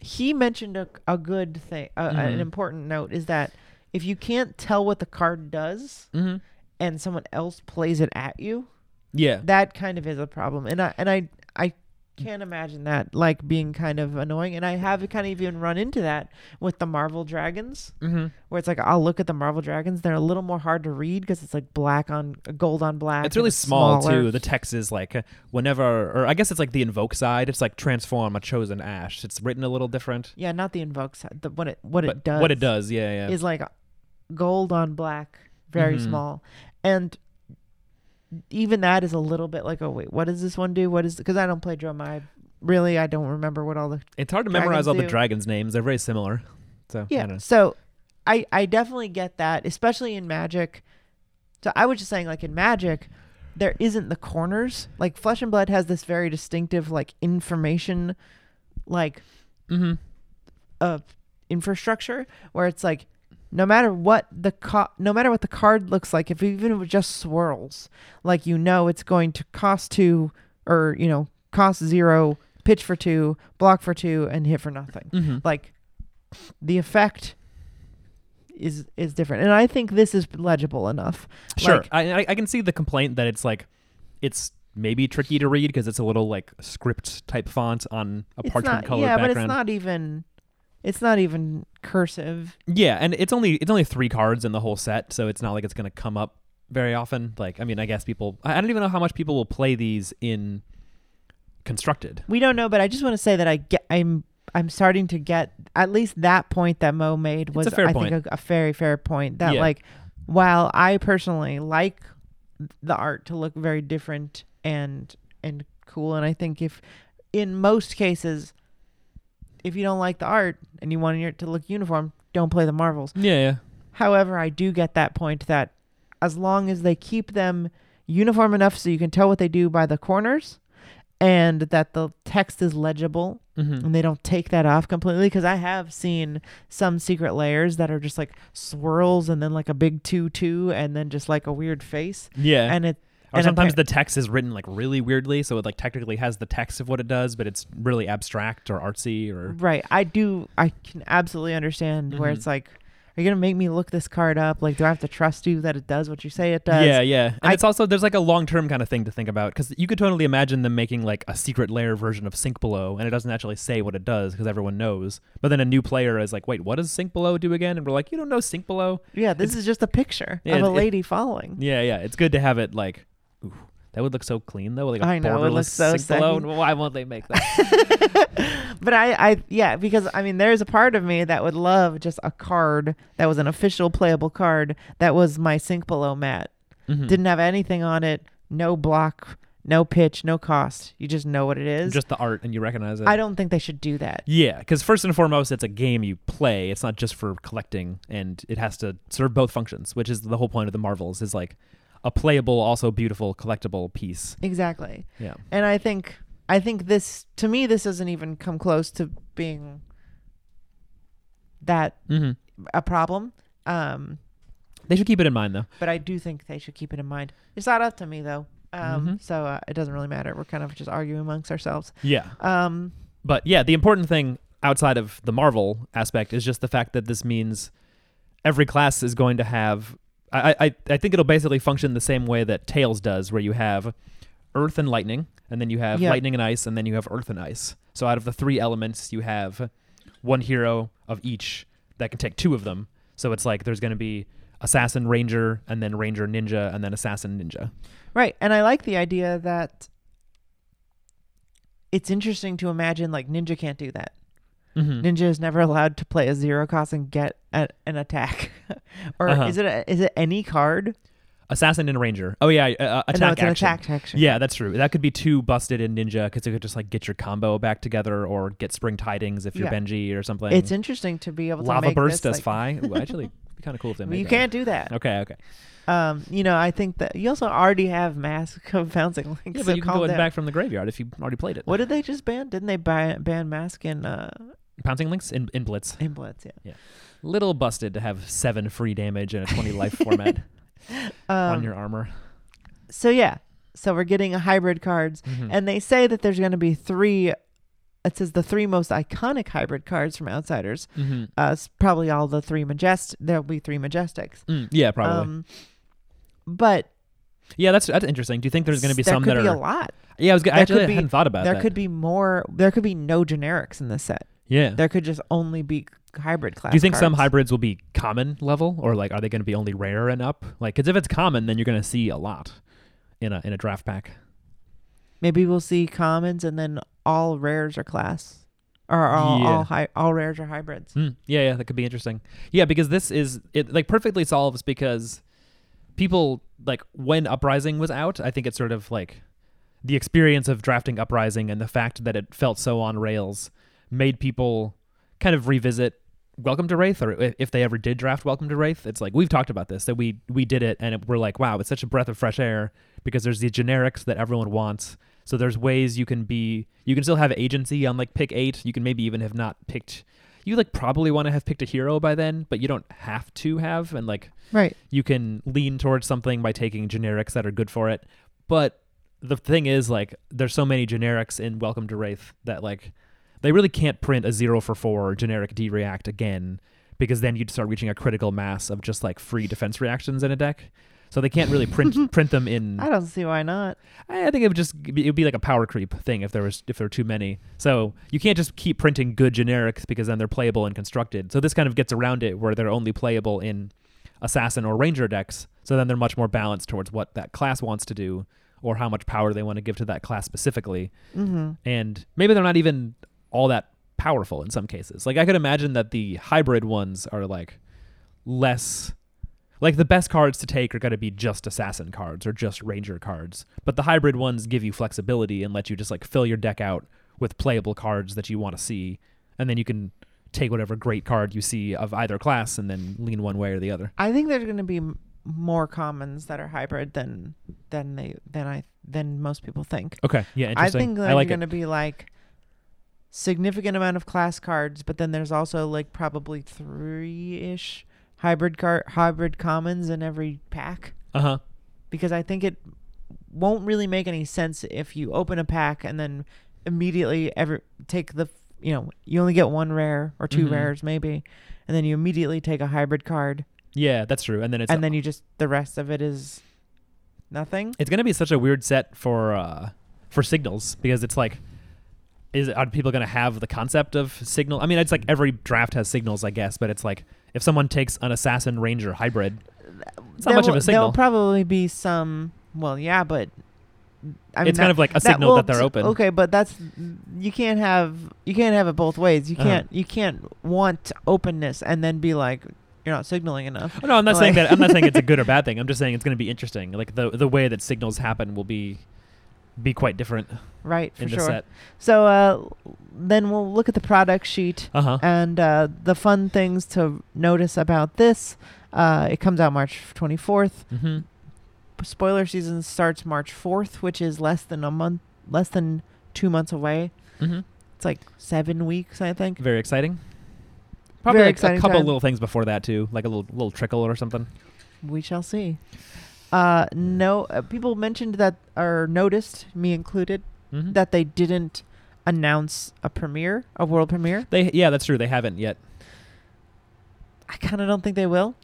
he mentioned a, a good thing, a, an Mhm. important note is that if you can't tell what the card does Mm-hmm. and someone else plays it at you, Yeah. that kind of is a problem and i and i i can't imagine that like being kind of annoying and i have kind of even run into that with the marvel dragons Mm-hmm. where it's like i'll look at the marvel dragons they're a little more hard to read because it's like black on gold on black It's and really small smaller. too. The text is like uh, whenever, or I guess it's like the invoke side. It's like transform a chosen ash. It's written a little different. yeah not the invoke side the, what it what but it does What it does, yeah, yeah. is like gold on black very Mhm. small and even that is a little bit like oh wait what does this one do what is because i don't play drum i really i don't remember what all the it's hard to memorize all the Dragons do. dragons' names. They're very similar. So I don't Yeah. know. So I I definitely get that, especially in Magic. So I was just saying like in Magic, there isn't the corners. Like Flesh and Blood has this very distinctive like information like Mhm. uh infrastructure where it's like no matter what the co- no matter what the card looks like, if even if it just swirls, like you know it's going to cost two or you know cost zero, pitch for two, block for two, and hit for nothing Mhm. like the effect is is different and i think this is legible enough Sure, like, I, I I can see the complaint that it's like it's maybe tricky to read because it's a little like script type font on a it's parchment not colored yeah background. but it's not even it's not even cursive Yeah, and it's only it's only three cards in the whole set, so it's not like it's gonna come up very often. Like, I mean, I guess people. I I don't even know how much people will play these in constructed. we don't know but i just want to say that i get i'm i'm starting to get at least that point that mo made was a fair i point. think a, a very fair point that Yeah. like while i personally like the art to look very different and and cool and i think if in most cases if you don't like the art and you want it to look uniform don't play the marvels Yeah, yeah. however i do get that point that as long as they keep them uniform enough so you can tell what they do by the corners and that the text is legible Mm-hmm. and they don't take that off completely because I have seen some secret layers that are just like swirls and then like a big two two and then just like a weird face Yeah. and it or and sometimes appar- the text is written like really weirdly, so it like technically has the text of what it does, but it's really abstract or artsy or right I do I can absolutely understand where Mhm. it's like are you gonna make me look this card up like do I have to trust you that it does what you say it does Yeah, yeah. And I- it's also there's like a long term kind of thing to think about because you could totally imagine them making like a secret layer version of Sync Below, and it doesn't actually say what it does because everyone knows. But then a new player is like, wait, what does Sync Below do again? And we're like, you don't know Sync Below? yeah this is just a picture Yeah, of a it- it- lady falling Yeah, yeah. It's good to have it like, ooh, that would look so clean though. Like a I know, it borderless looks so Sync Below. sexy. Why won't they make that? <laughs> but I I yeah because I mean there's a part of me that would love just a card that was an official playable card that was my sink below mat Mhm. didn't have anything on it no block no pitch no cost you just know what it is Just the art, and you recognize it. I don't think they should do that Yeah, because first and foremost, it's a game you play. It's not just for collecting, and it has to serve both functions, which is the whole point of the Marvels. Is like a playable, also beautiful, collectible piece. exactly Yeah, and I think I think this to me this doesn't even come close to being that mm-hmm. a problem um they should keep it in mind though. but I do think they should keep it in mind it's not up to me though um Mhm. so uh, it doesn't really matter we're kind of just arguing amongst ourselves Yeah, Um, but yeah, the important thing outside of the Marvel aspect is just the fact that this means every class is going to have. I I, I think it'll basically function the same way that Tails does, where you have Earth and Lightning, and then you have Yeah. Lightning and Ice, and then you have Earth and Ice. So out of the three elements, you have one hero of each that can take two of them. So it's like there's going to be assassin ranger and then ranger ninja and then assassin ninja right. And I like the idea that it's interesting to imagine like Ninja can't do that. mm-hmm. Ninja is never allowed to play a zero cost and get a, an attack. <laughs> or Uh-huh. is it a, is it any card? assassin and ranger oh yeah uh, uh, attack no, it's an action. attack action. Yeah, that's true. That could be two busted in ninja because you could just like get your combo back together or get spring tidings if you're Yeah. Benji or something. It's interesting to be able to lava make burst this, as like, Fi. <laughs> Ooh, actually, be kind of cool if they made You that. can't do that. Okay, okay. Um, you know, I think that you also already have Mask of Bouncing Links. Yeah, so but you can calm go in down. back from the graveyard if you already played it. What did they just ban? Didn't they ban, ban Mask in uh, Pouncing links in, in blitz. in Blitz? Yeah. Little busted to have seven free damage in a twenty life format on <laughs> Um, your armor. so yeah, so we're getting a hybrid cards. Mhm. And they say that there's going to be three. It says the three most iconic hybrid cards from Outsiders. Mhm. Uh, it's probably all the three majest. There'll be three majestics. Mm, yeah, probably. Um, but yeah, that's that's interesting. Do you think there's going to be there some could that be a are? lot. Yeah, I was gonna, there actually could I be- hadn't thought about there that. could be more. There could be no generics in this set. yeah. There could just only be hybrid class. Do you think some cards. hybrids will be common level, or like are they going to be only rare and up? Like, because if it's common, then you're going to see a lot in a in a draft pack. Maybe we'll see commons and then all rares are class, or all Yeah. all, hi- all rares are hybrids. Hmm. Yeah, yeah, that could be interesting. Yeah, because this is it like perfectly solves because people like when Uprising was out, I think it's sort of like the experience of drafting Uprising and the fact that it felt so on rails made people kind of revisit Welcome to Wraith, or i- if they ever did draft Welcome to Wraith, it's like we've talked about this that we we did it and it, we're like, wow, it's such a breath of fresh air because there's the generics that everyone wants. So there's ways you can be, you can still have agency on like pick eight. You can maybe even have not picked. You like probably want to have picked a hero by then, but you don't have to have. And like Right. you can lean towards something by taking generics that are good for it. But the thing is, like, there's so many generics in Welcome to Wraith that, like, they really can't print a zero for four generic D react again because then you'd start reaching a critical mass of just like free defense reactions in a deck. So they can't really print print them in. I don't see why not. I I think it would just be, it would be like a power creep thing if there was if there were too many. So you can't just keep printing good generics because then they're playable and constructed. So this kind of gets around it where they're only playable in assassin or ranger decks. So then they're much more balanced towards what that class wants to do or how much power they want to give to that class specifically. Mm-hmm. And maybe they're not even all that powerful in some cases. Like I could imagine that the hybrid ones are like less like the best cards to take are going to be just assassin cards or just ranger cards. But the hybrid ones give you flexibility and let you just like fill your deck out with playable cards that you want to see and then you can take whatever great card you see of either class and then lean one way or the other. I think there's going to be m- more commons that are hybrid than than they than I than most people think. Okay. Yeah. I Interesting. think I, that like you're it. going to be like significant amount of class cards, but then there's also like probably three ish hybrid car hybrid commons in every pack Uh huh. because I think it won't really make any sense if you open a pack and then immediately every take the you know you only get one rare or 2 Mhm. rares maybe, and then you immediately take a hybrid card Yeah, that's true. And then it's and then you just the rest of it is nothing. it's gonna be such a weird set for uh for signals because it's like is are people gonna have the concept of signal i mean it's like every draft has signals i guess but it's like if someone takes an assassin ranger hybrid it's not There much of will- a signal There'll probably be some. Well, yeah, but I mean, it's kind that- of like a signal will that they're t- open Okay, but that's you can't have you can't have it both ways. You Uh-huh. can't you can't want openness and then be like you're not signaling enough. Oh, no i'm not saying Like- that i'm not saying <laughs> it's a good or bad thing i'm just saying it's gonna be interesting like the the way that signals happen will be be quite different Right, for in the sure. set So uh, then we'll look at the product sheet uh-huh and uh, the fun things to notice about this. Uh, it comes out March 24th. mm-hmm. Spoiler season starts March 4th, which is less than a month, less than two months away. Mm-hmm. It's like seven weeks, I think. very exciting Probably Very like exciting a couple time. little things before that too, like a little little trickle or something. We shall see. Uh, no, uh, people mentioned that or noticed, me included, Mm-hmm. that they didn't announce a premiere, a world premiere. They yeah, that's true. They haven't yet. I kind of don't think they will.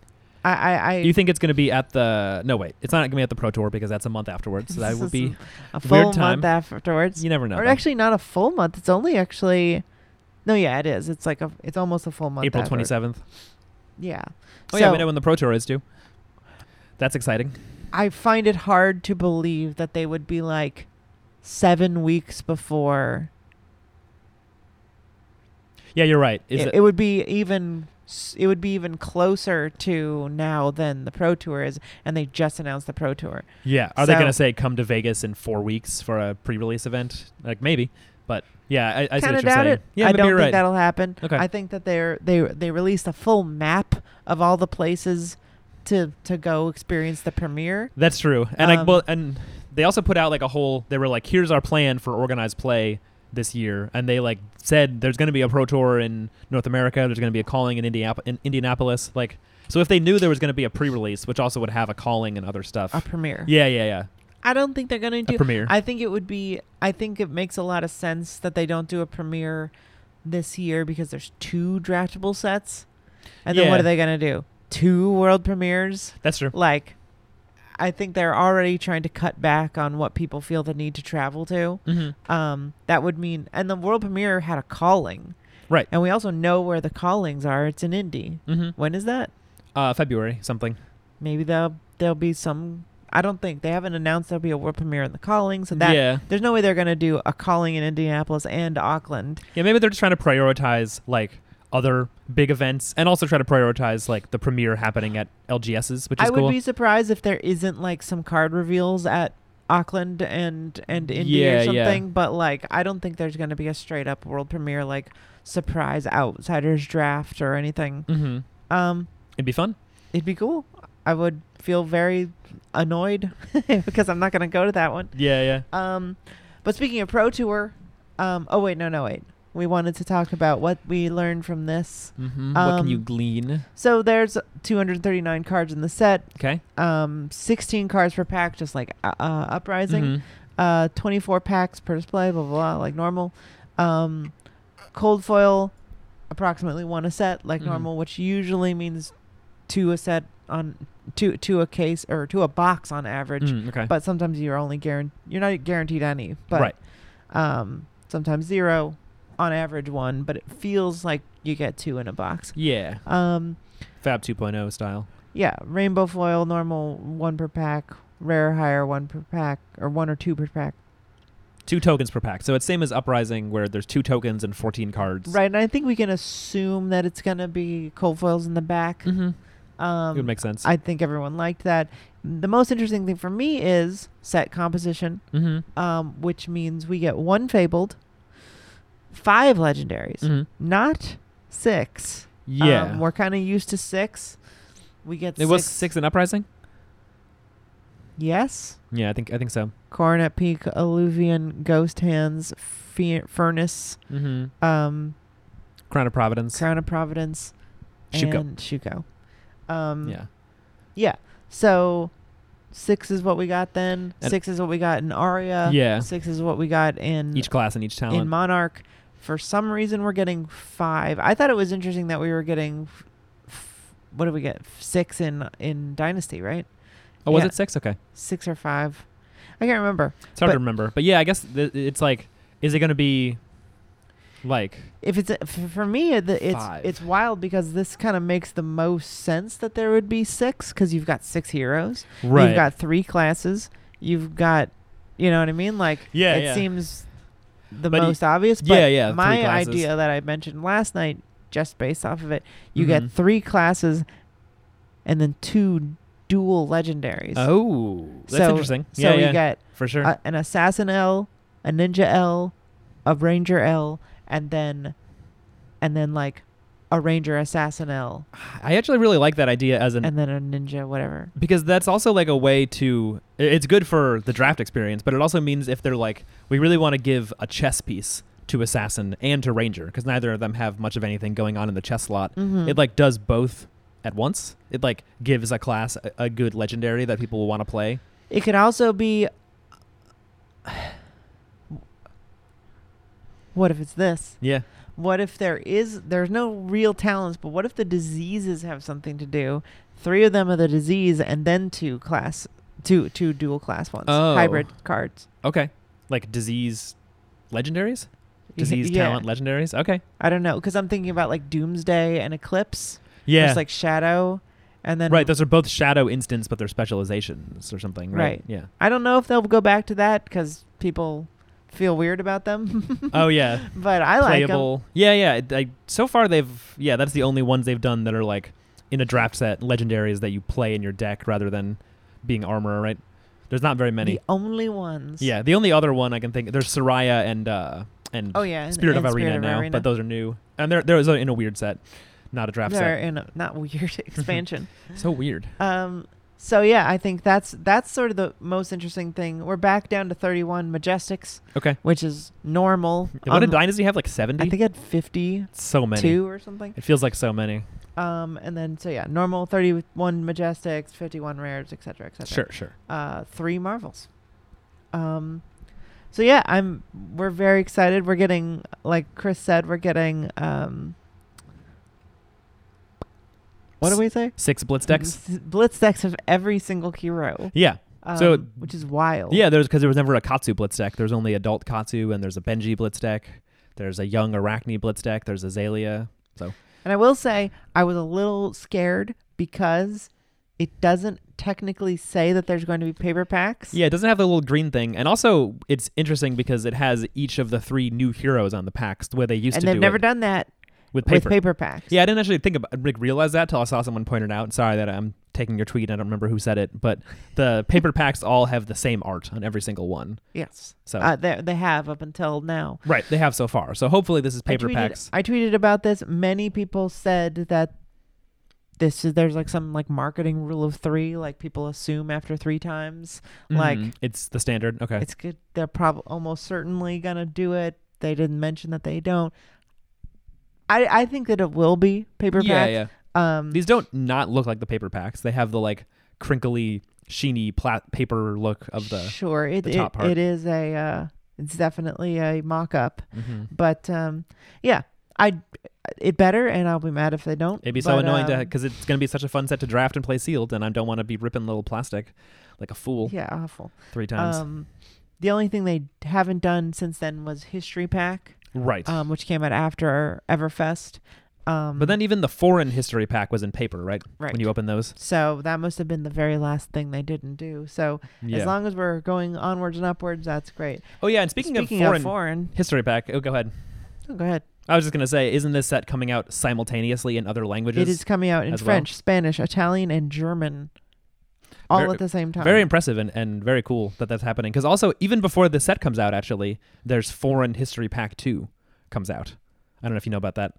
I, I, I Do you think it's going to be at the? No, wait. It's not going to be at the Pro Tour because that's a month afterwards. So that This will is be. a weird full month time. afterwards, You never know. or though. actually not a full month. It's only actually, no, yeah, it is. It's like a, it's almost a full month. April after- twenty seventh. Yeah. Oh so yeah, we know when the Pro Tour is too. That's exciting. I find it hard to believe that they would be like seven weeks before Yeah, you're right. Is it, it, it would be even s- it would be even closer to now than the pro tour is and they just announced the pro tour yeah. Are they so- going to say come to Vegas in four weeks for a pre-release event? Like maybe, but yeah, I, I see kind what of you're doubt saying. it Yeah, i maybe don't you're think right. that'll happen Okay. i think that they're they they released a full map of all the places to to go experience the premiere That's true. And I Um, well, and they also put out like a whole. They were like, "Here's our plan for organized play this year," and they like said, "There's going to be a pro tour in North America. There's going to be a calling in, Indiap- in Indianapolis." Like, so if they knew there was going to be a pre-release, which also would have a calling and other stuff. a premiere yeah, yeah, yeah. i don't think they're gonna A do premiere. I think it would be. I think it makes a lot of sense that they don't do a premiere this year because there's two draftable sets, and then what Yeah. are they gonna do? Two world premieres? That's true. Like, I think they're already trying to cut back on what people feel the need to travel to. hmm Um, that would mean, and the world premiere had a calling, Right. and we also know where the callings are. It's in Indy. hmm When is that? Uh, February something. Maybe there'll there'll be some. I don't think they haven't announced there'll be a world premiere in the calling, so that yeah, there's no way they're going to do a calling in Indianapolis and Auckland. yeah. Maybe they're just trying to prioritize like other big events, and also try to prioritize like the premiere happening at LGS's, which is I would cool. be surprised if there isn't like some card reveals at Auckland and and Indy or Yeah, yeah. something, but like I don't think there's going to be a straight up world premiere like surprise outsiders draft or anything. hmm Um It'd be fun. it'd be cool. I would feel very annoyed <laughs> because I'm not going to go to that one. Yeah, yeah. Um but speaking of pro tour, um oh wait, no no wait. We wanted to talk about what we learned from this. Mm-hmm. what can you Um, glean? So there's 239 cards in the set, Okay. um, 16 cards per pack, just like uh, uh, Uprising, Mhm. uh, 24 packs per display, blah, blah, blah, like normal. Um, cold foil, approximately one a set, like Mhm. normal, which usually means two a set on two to a case or to a box on average. Mm, okay. But sometimes you're only guaran you're not guaranteed any, but right. um, sometimes zero, on average one, but it feels like you get two in a box. Yeah. Um, Fab 2.0 style. Yeah, rainbow foil, normal one per pack, rare higher one per pack, or one or two per pack. Two tokens per pack. So it's same as Uprising, where there's two tokens and 14 cards. Right, and I think we can assume that it's gonna be cold foils in the back. Mm-hmm. it would Um, make sense. I think everyone liked that. The most interesting thing for me is set composition, mm-hmm. um, which means we get one fabled, five legendaries, hmm not six. Yeah. um, we're kind of used to six. We get it six. was six in Uprising? Yes. Yeah, I think I think so. Coronet Peak, Alluvian, Ghost Hands, Fe- Furnace, Mm-hmm. um, Crown of Providence. Crown of Providence, Shuko. and Shuko. Um, yeah. Yeah. So six is what we got then. And- six is what we got in Aria. Yeah. Six is what we got in Each class and each talent. in Monarch. For some reason, we're getting five. I thought it was interesting that we were getting. F- f- what did we get? Six in in Dynasty, right? oh, was yeah. it six? Okay. Six or five? I can't remember. It's hard But- to remember. But yeah, I guess th- it's like, is it going to be like, If it's a- f- for me, it- the- it's Five. it's wild because this kind of makes the most sense that there would be six because you've got six heroes, right? you've got three classes, you've got, you know what I mean? Like, Yeah, it yeah. seems the But y- most obvious. But yeah, yeah, three My classes. idea that I mentioned last night, just based off of it, you Mhm. get three classes, and then two dual legendaries. oh, that's So- interesting. So yeah, we yeah, get uh, for sure. a, an assassin L, a ninja L, a ranger L, and then, and then like a ranger assassin L, I actually really like that idea as an and then a ninja whatever. because that's also like a way to i- it's good for the draft experience but it also means if they're like we really want to give a chess piece to assassin and to ranger because neither of them have much of anything going on in the chess slot Mhm. it like does both at once it like gives a class a, a good legendary that people will want to play It could also be. <sighs> What if it's this? yeah What if there is there's no real talents, but what if the diseases have something to do? Three of them are the disease, and then two class two two dual class ones, Oh. hybrid cards. okay like disease legendaries Y- disease yeah. talent legendaries okay I don't know because I'm thinking about like Doomsday and Eclipse. yeah There's like Shadow, and then right those are both shadow instants but they're specializations or something right, Right. <laughs> yeah I don't know if they'll go back to that because people feel weird about them. <laughs> oh yeah but I like them. playable. Yeah, yeah. it- I, so far, they've yeah. That's the only ones they've done that are like in a draft set legendaries that you play in your deck rather than being armor. Right? There's not very many. The only ones. yeah. The only other one I can think there's Soraya and uh and Oh yeah. and- Spirit and of Arena now, but those are new and they're they're in a weird set, not a draft They're in a not <laughs> weird <laughs> expansion. set. So weird. Um, so yeah, I think that's that's sort of the most interesting thing. We're back down to 31 majestics, Okay. which is normal. What did Um, Dynasty have like seventy? I think at 52 so many. or something. It feels like so many. Um, and then so yeah, normal 31 majestics, 51 rares, etc., etc. Sure, sure. Uh, three marvels. Um, so yeah, I'm we're very excited. We're getting like Chris said, we're getting um. What do we say? Six blitz decks. S- Blitz decks of every single hero. Yeah, Um, So- which is wild. Yeah, there's because there was never a Katsu Blitz deck. There's only adult Katsu, and there's a Benji Blitz deck. There's a young Arachne Blitz deck. There's Azalea. And I will say I was a little scared because it doesn't technically say that there's going to be paper packs. Yeah, it doesn't have the little green thing, and also it's interesting because it has each of the three new heroes on the packs the way they used And to they've do never it done that with paper. with paper packs. Yeah, I didn't actually think about like, realize that till I saw someone point it out. Sorry that I'm taking your tweet. I don't remember who said it, but the paper packs all have the same art on every single one. Yes. So Uh, they, they have up until now. right, they have so far. So hopefully this is paper I tweeted, packs. I tweeted about this. Many people said that this is there's like some like marketing rule of three, like people assume after three times. like- Mhm. it's the standard. Okay. It's good. They're probably almost certainly gonna do it. They didn't mention that they don't. I I think that it will be paper yeah, packs. yeah. Um, These don't not look like the paper packs. They have the like crinkly, sheeny pla- paper look of the. sure, it the it, top part. it is a uh, it's definitely a mock up, Mhm. but um, yeah, I it better, and I'll be mad if they don't. It'd be so but, annoying to um, because it's gonna be such a fun set to draft and play sealed, and I don't want to be ripping little plastic like a fool Yeah, awful. three times. Um, the only thing they haven't done since then was history pack, right. um, which came out after Everfest. Um, but then even the foreign history pack was in paper, right? right. When you open those, So that must have been the very last thing they didn't do. So as long as we're going onwards and upwards, that's great. oh yeah, and speaking, of foreign foreign, history pack, oh go ahead. oh, go ahead. I was just gonna say, isn't this set coming out simultaneously in other languages? it is coming out in as well. French, Spanish, Italian, and German, all Ver- at the same time. Very impressive and, and very cool that that's happening. Because also, even before the set comes out, actually, there's Foreign History Pack 2 comes out. I don't know if you know about that.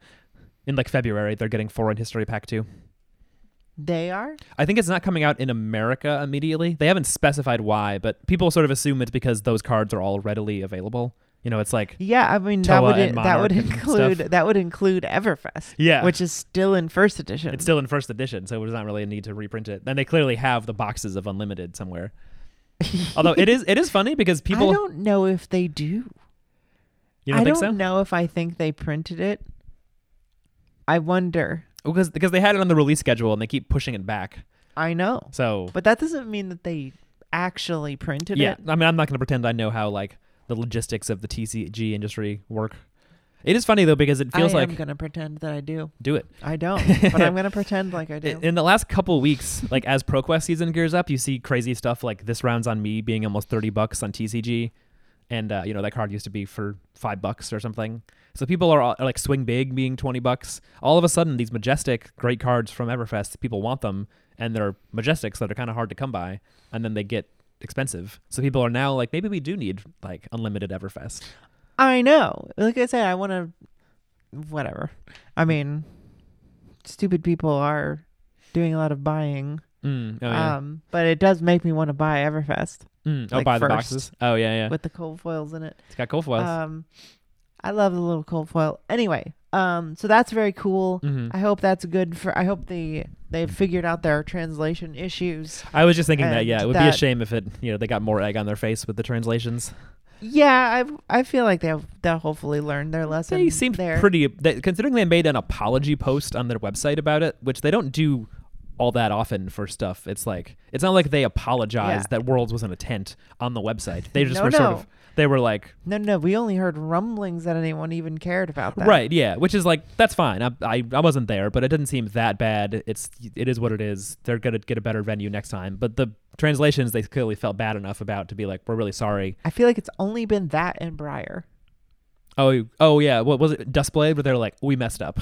In like February, they're getting Foreign History Pack 2. They are. I think it's not coming out in America immediately. They haven't specified why, but people sort of assume it's because those cards are all readily available. You know, it's like Yeah, I mean Toa that would and that would Monarch and include stuff. that would include Everfest. Yeah. which is still in first edition. <laughs> it's still in first edition, so there's not really a need to reprint it. And they clearly have the boxes of unlimited somewhere. Although it is it is funny because Oh, <laughs> people I don't know if they do. you don't I think don't so? know if I think they printed it. I wonder. Because because they had it on the release schedule and they keep pushing it back. I know, So but that doesn't mean that they actually printed yeah, it. I mean, I'm not going to pretend I know how like the logistics of the TCG industry work. It is funny though because it feels I like am gonna pretend that I do. do it. I don't, <laughs> but I'm gonna pretend like I do. I- In the last couple weeks, like as ProQuest season gears up, you see crazy stuff like this round's on me being almost thirty bucks on TCG, and uh, you know that card used to be for five bucks or something. So people are, all- are like swing big being twenty bucks. All of a sudden, these majestic great cards from Everfest, people want them, and they're majestics that are kind of hard to come by, and then they get expensive. So people are now like, maybe we do need like unlimited Everfest. I know. Like I said, I want to. Whatever. I mean, stupid people are doing a lot of buying. Mm, oh yeah. Um, but it does make me want to buy Everfest Mm, oh, like buy the first. boxes. Oh yeah, yeah. with the cold foils in it. It's got cool foils. Um, I love the little cold foil. Anyway, um, so that's very cool. Mhm. I hope that's good for. I hope they they've figured out their translation issues. I was just thinking that. and Yeah, it would be a that- shame if it, you know, they got more egg on their face with the translations. Yeah, I I feel like they have they'll hopefully learn their lesson. They seemed there. pretty. They, considering they made an apology post on their website about it, which they don't do all that often for stuff. It's like it's not like they apologized that Worlds was in a tent on the website. <laughs> They just No, were sort no. of. They were like, No, no, we only heard rumblings that anyone even cared about that. right, yeah, which is like that's fine. I, I I wasn't there, but it didn't seem that bad. It's it is what it is. They're gonna get a better venue next time. But the translations they clearly felt bad enough about to be like, we're really sorry. I feel like it's only been that and Briar. Oh, oh yeah. What was it? Dustblade, where they're like, we messed up.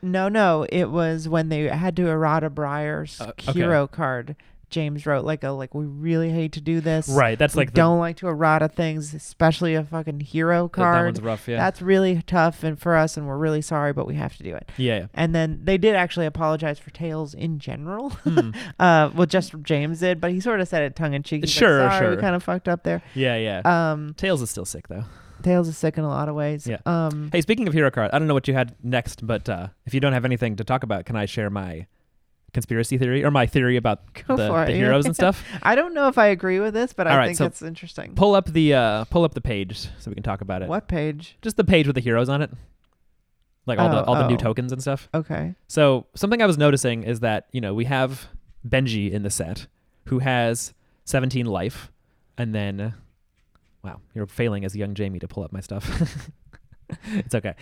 No, no, it was when they had to errata Briar's Uh, okay. hero card. James wrote like a like we really hate to do this. Right. That's We like the- don't like to errata things, especially a fucking hero that- That card. one's rough. Yeah. That's really tough and for us, and we're really sorry, but we have to do it. yeah. And then they did actually apologize for Tails in general. Hmm. <laughs> uh, well, just James did, but he sort of said it tongue in cheek. He's like, Sure, sorry, sure. We kind of fucked up there. Yeah. Yeah. Um, Tails is still sick though. Tails is sick in a lot of ways. Yeah. Um, <laughs> Hey, speaking of hero card, I don't know what you had next, but uh, if you don't have anything to talk about, can I share my conspiracy theory or my theory about Go the, for the it. heroes and stuff? <laughs> I don't know if I agree with this, but I All right, think so it's interesting. Pull up the uh, pull up the page so we can talk about it. What page? Just the page with the heroes on it, like all the Oh, all the new oh. tokens and stuff. Okay. So something I was noticing is that you know we have Benji in the set who has 17 life, and then wow, you're failing as young Jamie to pull up my stuff. <laughs> it's okay.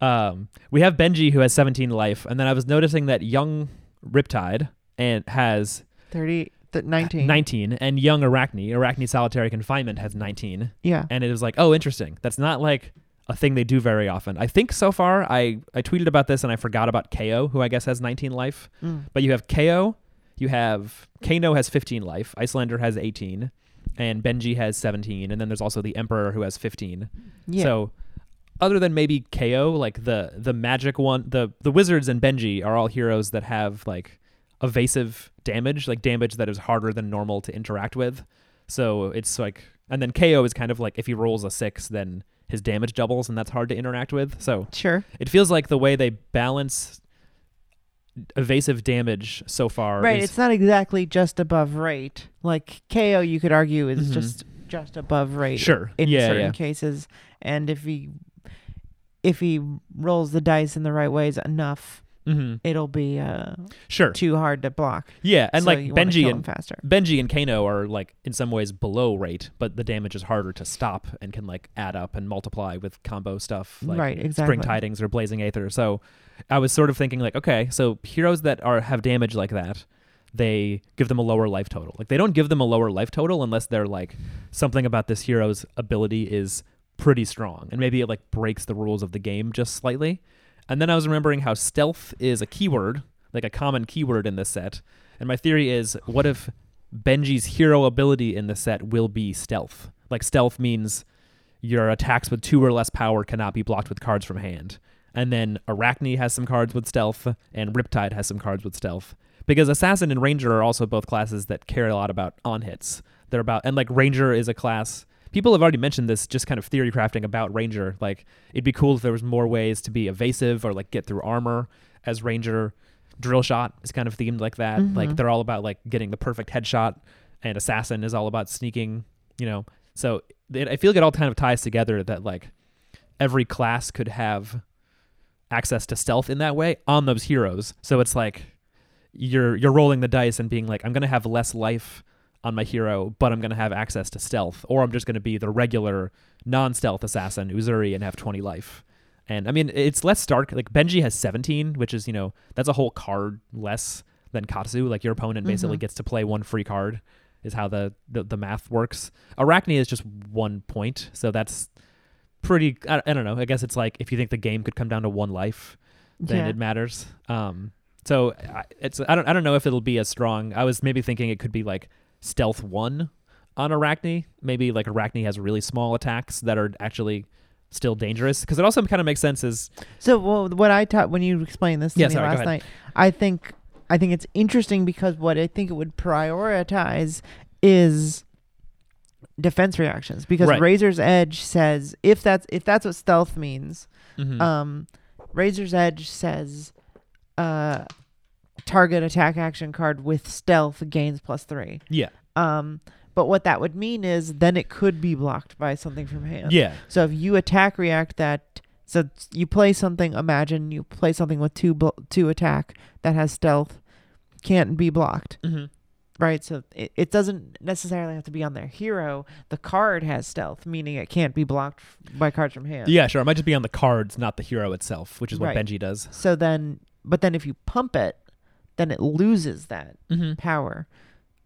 Um, we have Benji who has 17 life, and then I was noticing that young Riptide and has 30, Uh, th- 19. 19, and young Arachne, Arachne Solitary Confinement has 19 Yeah. and it was like, oh, interesting. That's not like a thing they do very often. I think so far, I I tweeted about this and I forgot about Ko, who I guess has 19 life. Mm. But you have Ko, you have Kano has 15 life, Icelander has 18, and Benji has 17, and then there's also the Emperor who has 15. Yeah. So other than maybe KO, like the the magic one, the the wizards and Benji are all heroes that have like evasive damage, like damage that is harder than normal to interact with. So it's like, and then KO is kind of like if he rolls a six, then his damage doubles, and that's hard to interact with. So sure. it feels like the way they balance evasive damage so far Right. is It's not exactly just above rate. Like KO, you could argue, is Mhm. just just above rate. sure, in yeah, certain yeah. cases and if he if he rolls the dice in the right ways enough Mhm. it'll be uh sure, too hard to block yeah, and So like you wanna kill Benji him and faster Benji and Kano are like in some ways below rate, but the damage is harder to stop and can like add up and multiply with combo stuff like Right, Spring exactly. Tidings or Blazing Aether. So I was sort of thinking like, okay, so heroes that are have damage like that, they give them a lower life total. Like they don't give them a lower life total unless they're like something about this hero's ability is pretty strong and maybe it like breaks the rules of the game just slightly. And then I was remembering how stealth is a keyword, like a common keyword in this set. And my theory is what if Benji's hero ability in the set will be stealth? Like stealth means your attacks with two or less power cannot be blocked with cards from hand. And then Arachne has some cards with stealth, and Riptide has some cards with stealth. because assassin and ranger are also both classes that care a lot about on hits. They're about and like ranger is a class. People have already mentioned this, just kind of theory crafting about ranger. Like it'd be cool if there was more ways to be evasive or like get through armor as ranger. Drill shot is kind of themed like that. Like they're all about like getting the perfect headshot, and assassin is all about sneaking. You know, so it, I feel like it all kind of ties together that like every class could have access to stealth in that way on those heroes. So it's like you're you're rolling the dice and being like, I'm gonna have less life on my hero, but I'm gonna have access to stealth, or I'm just gonna be the regular non-stealth assassin Uzuri and have 20 life. And I mean, it's less stark. Like Benji has 17, which is you know that's a whole card less than Katsu. Like your opponent basically gets to play one free card. Is how the, the the math works. Arachne is just one point, so that's pretty I, I don't know i guess it's like if you think the game could come down to one life then Yeah. it matters um so I, it's i don't i don't know if it'll be as strong i was maybe thinking it could be like stealth one on arachne maybe like arachne has really small attacks that are actually still dangerous because it also kind of makes sense as So well, what I taught when you explained this to Yeah, me sorry, go last ahead. night, I think I think it's interesting because what I think it would prioritize is defense reactions because Right. Razor's Edge says if that's if that's what stealth means, Mhm. um, Razor's Edge says uh, target attack action card with stealth gains plus three. yeah Um, but what that would mean is then it could be blocked by something from hand. yeah So if you attack react that, so you play something. Imagine you play something with two bl- two attack that has stealth, can't be blocked, hmm right? So it, it doesn't necessarily have to be on their hero. The card has stealth, meaning it can't be blocked f- by cards from hand. yeah sure it might just be on the cards not the hero itself which is what Right. benji does So then, but then if you pump it, then it loses that mm-hmm. power.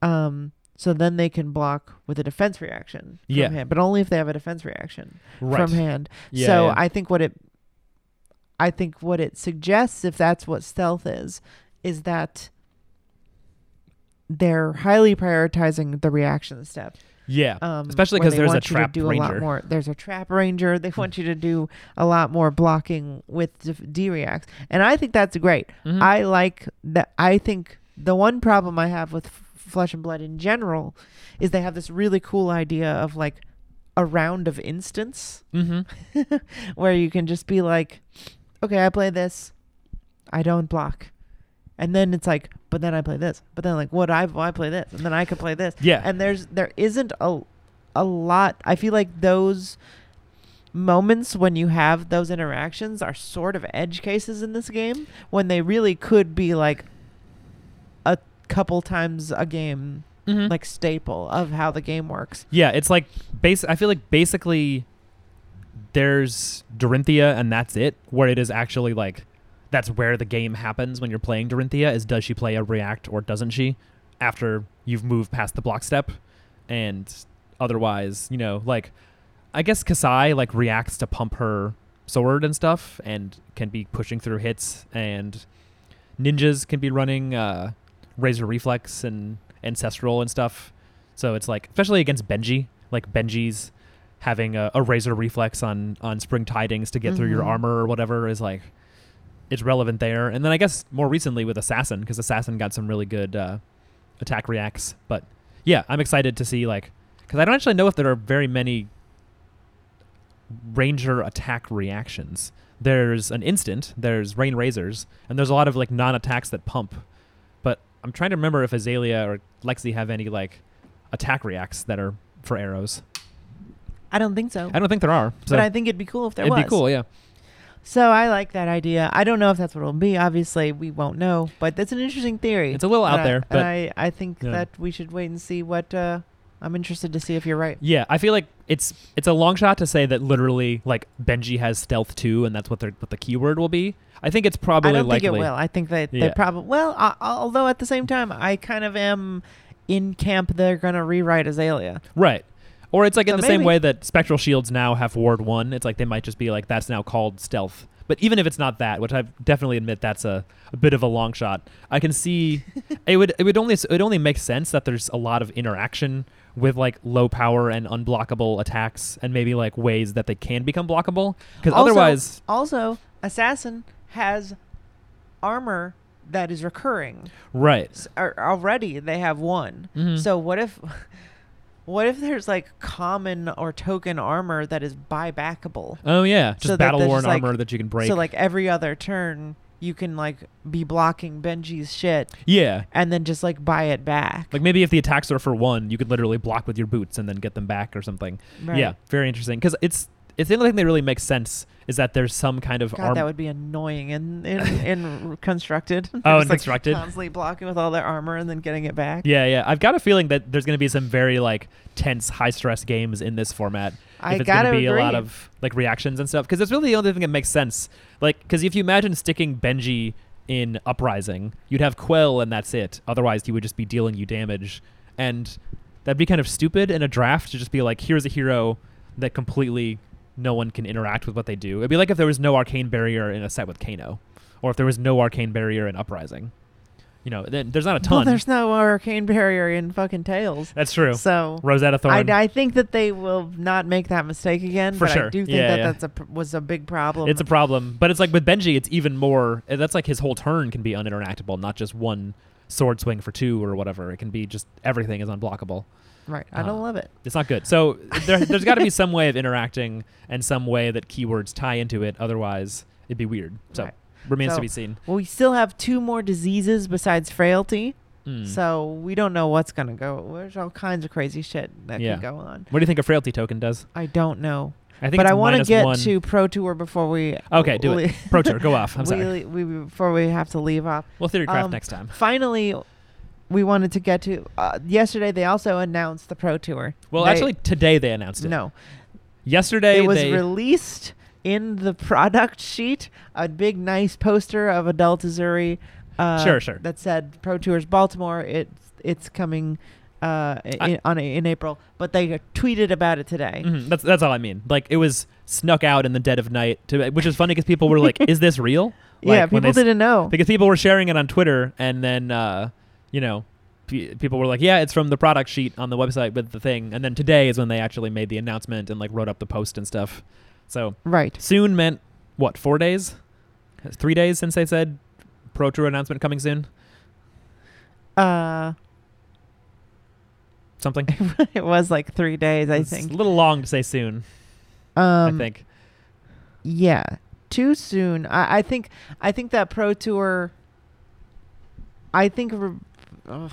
Um. So then they can block with a defense reaction from Yeah. hand, but only if they have a defense reaction. right from hand. Yeah, so yeah. I think what it I think what it suggests if that's what stealth is is that they're highly prioritizing the reaction step. yeah Um Especially where 'cause they there's a want you to trap do A ranger. lot more. There's a trap ranger. They want you to do a lot more blocking with d- D reacts. And I think that's great. Mhm. I like that I think the one problem I have with F- Flesh and Blood in general is they have this really cool idea of like a round of instance hmm <laughs> where you can just be like, okay, I play this, I don't block, and then it's like, but then I play this, but then like, what I I play this, and then I could play this, yeah and there's there isn't a a lot. I feel like those moments when you have those interactions are sort of edge cases in this game when they really could be like a couple times a game Mhm. like staple of how the game works Yeah, it's like base. I feel like basically there's Dorinthia and that's it. Where it is actually like that's where the game happens when you're playing Dorinthia is does she play a react or doesn't she after you've moved past the block step and otherwise you know like I guess Kasai like reacts to pump her sword and stuff and can be pushing through hits and ninjas can be running uh, razor reflex and ancestral and stuff so it's like, especially against Benji, like Benji's having a, a razor reflex on on spring tidings to get through your Mhm. armor or whatever is like, it's relevant there. And then I guess more recently with assassin because assassin got some really good uh, attack reacts. But yeah, I'm excited to see like because I don't actually know if there are very many ranger attack reactions. There's an instant, there's rain razors, and there's a lot of like non-attacks that pump. But I'm trying to remember if Azalea or Lexi have any like attack reacts that are for arrows. i don't think so I don't think there are. So Oh. but i think it'd be cool if there it'd was be cool, yeah. So I like that idea. I don't know if that's what it'll be. Obviously, we won't know, but that's an interesting theory. It's a little out And I- there, but- and I, I think Yeah. that we should wait and see what. Uh, I'm interested to see if you're right. Yeah, I feel like it's it's a long shot to say that literally like Benji has stealth too, and that's what their what the keyword will be. I think it's probably I don't likely. think it will. I think that Yeah. they probably well. I, although at the same time, I kind of am in camp. They're gonna rewrite Azalea. Right. Or it's like in So the same maybe- way that spectral shields now have ward one. It's like they might just be like that's now called stealth. But even if it's not that, which I definitely admit that's a, a bit of a long shot, I can <laughs> see it would it would only it would only make sense that there's a lot of interaction with like low power and unblockable attacks and maybe like ways that they can become blockable because Also- otherwise also assassin has armor that is recurring. Right. S- al- Already they have one. Mhm. So what if <laughs> what if there's like common or token armor that is buybackable? Oh yeah, just So that battle there's worn just, like- armor that you can break. So like every other turn you can like be blocking Benji's shit yeah, and then just like buy it back. like maybe if the attacks are for one, you could literally block with your boots and then get them back or something. Right. Yeah, very interesting because it's it's the only thing that really makes sense is that there's some kind of God, armor. that would be annoying in in, <laughs> in constructed. Oh, in Just, like, constructed. constantly blocking with all their armor and then getting it back. yeah, yeah. I've got a feeling that there's going to be some very like tense, high stress games in this format. I if it's gotta gonna be a lot agree. of like reactions and stuff because that's really the only thing that makes sense like because if you imagine sticking benji in uprising you'd have quell and that's it otherwise he would just be dealing you damage and that'd be kind of stupid in a draft to just be like here's a hero that completely no one can interact with what they do it'd be like if there was no arcane barrier in a set with kano or if there was no arcane barrier in uprising you know then there's not a Well, ton there's no arcane barrier in fucking tails. that's true So rosetta I, thorn I think that they will not make that mistake again. For but sure. I do think Yeah, that yeah. that's a pr- was a big problem. It's a problem, but it's like with Benji, it's even more. uh, That's like his whole turn can be uninteractable, not just one sword swing for two or whatever. It can be just everything is unblockable. right. I uh, don't love it. It's not <laughs> good. So there, there's got to be some way of interacting and some way that keywords tie into it. Otherwise, it'd be weird. So Right. remains to So- be seen. Well, we still have two more diseases besides frailty, Mm. so we don't know what's gonna go. There's all kinds of crazy shit that Yeah. could go on. what do you think a frailty token does? I don't know, I think. but it's I want to minus get one. to pro tour before we. Okay, do it. <laughs> Pro tour, go <laughs> off. I'm we, sorry. we before we have to leave off. We'll theory craft um, next time. Finally, we wanted to get to uh, yesterday. They also announced the pro tour. Well, They- actually, today they announced it. no, Yesterday it was they. released in the product sheet a big nice poster of adult Missouri uh, Sure, sure. that said pro tours baltimore it's it's coming uh, i- I- on in april but they tweeted about it today Mhm, That's that's all I mean. Like it was snuck out in the dead of night, to, which is funny because people were <laughs> like, "Is this real?" yeah Like, people when they s- didn't know because people were sharing it on Twitter, and then uh, you know, pe people were like, "Yeah, it's from the product sheet on the website with the thing." And then today is when they actually made the announcement and like wrote up the post and stuff. So right soon meant what? Four days? Three days since they said Pro Tour announcement coming soon. uh <laughs> Something. it was like three days i It's think a little long to say soon. um I think. yeah too soon i i think i think that pro tour i think re- ugh,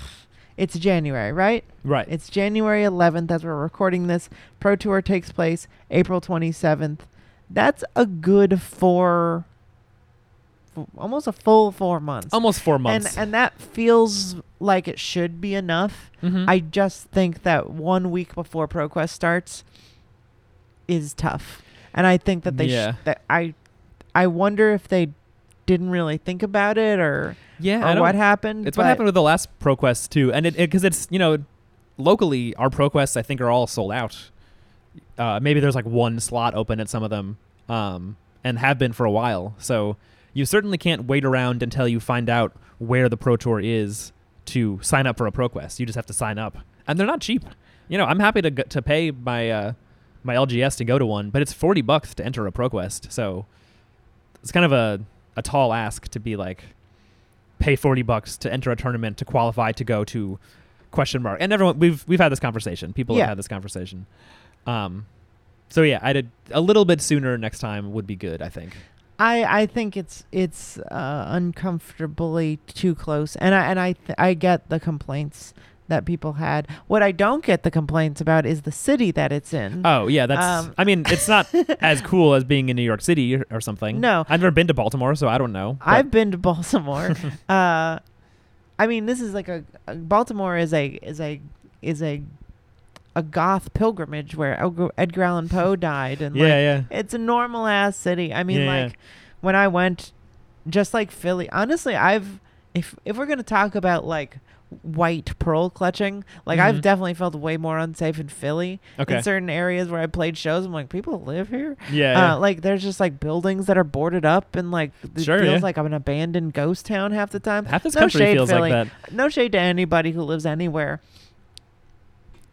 it's january right Right. It's January 11th as we're recording this. Pro Tour takes place April 27th. That's a good four, f- almost a full four months. Almost four And, months. and that feels like it should be enough. Mhm. I just think that one week before ProQuest starts is tough, and I think that they Yeah. sh- that I I wonder if they didn't really think about it or, yeah. I or don't- what happened. It's what but- happened with the last ProQuest too, and it because it's you know locally our ProQuests I think are all sold out. Uh, maybe there's like one slot open at some of them, um, and have been for a while. So you certainly can't wait around until you find out where the Pro Tour is to sign up for a ProQuest. You just have to sign up, and they're not cheap. You know, I'm happy to g- to pay my uh, my LGS to go to one, but it's forty bucks to enter a ProQuest. So it's kind of a a tall ask to be like pay 40 bucks to enter a tournament to qualify to go to question mark and everyone we've we've had this conversation people Yeah. have had this conversation um so yeah i did a little bit sooner next time would be good i think I, I think it's it's uh, uncomfortably too close, and I and I th- I get the complaints that people had. What I don't get the complaints about is the city that it's in. oh yeah that's Um, i mean <laughs> it's not as cool as being in new york city or, or something No. i've never been to baltimore so i don't know but- I've been to <laughs> Baltimore. uh, I mean, this is like a, a Baltimore is a is a is a a goth pilgrimage where Edgar- Edgar Allan Poe <laughs> died, and yeah like, yeah it's a normal ass city. I mean, Yeah, yeah. like when I went, just like Philly. Honestly, I've if if we're gonna talk about like white pearl clutching, like Mhm. I've definitely felt way more unsafe in Philly. okay In certain areas where I played shows, I'm like, people live here. yeah, Uh, yeah. like there's just like buildings that are boarded up and like it Sure, feels yeah. like I'm an abandoned ghost town half the time. half this no country shade, feels Philly. like that No shade to anybody who lives anywhere.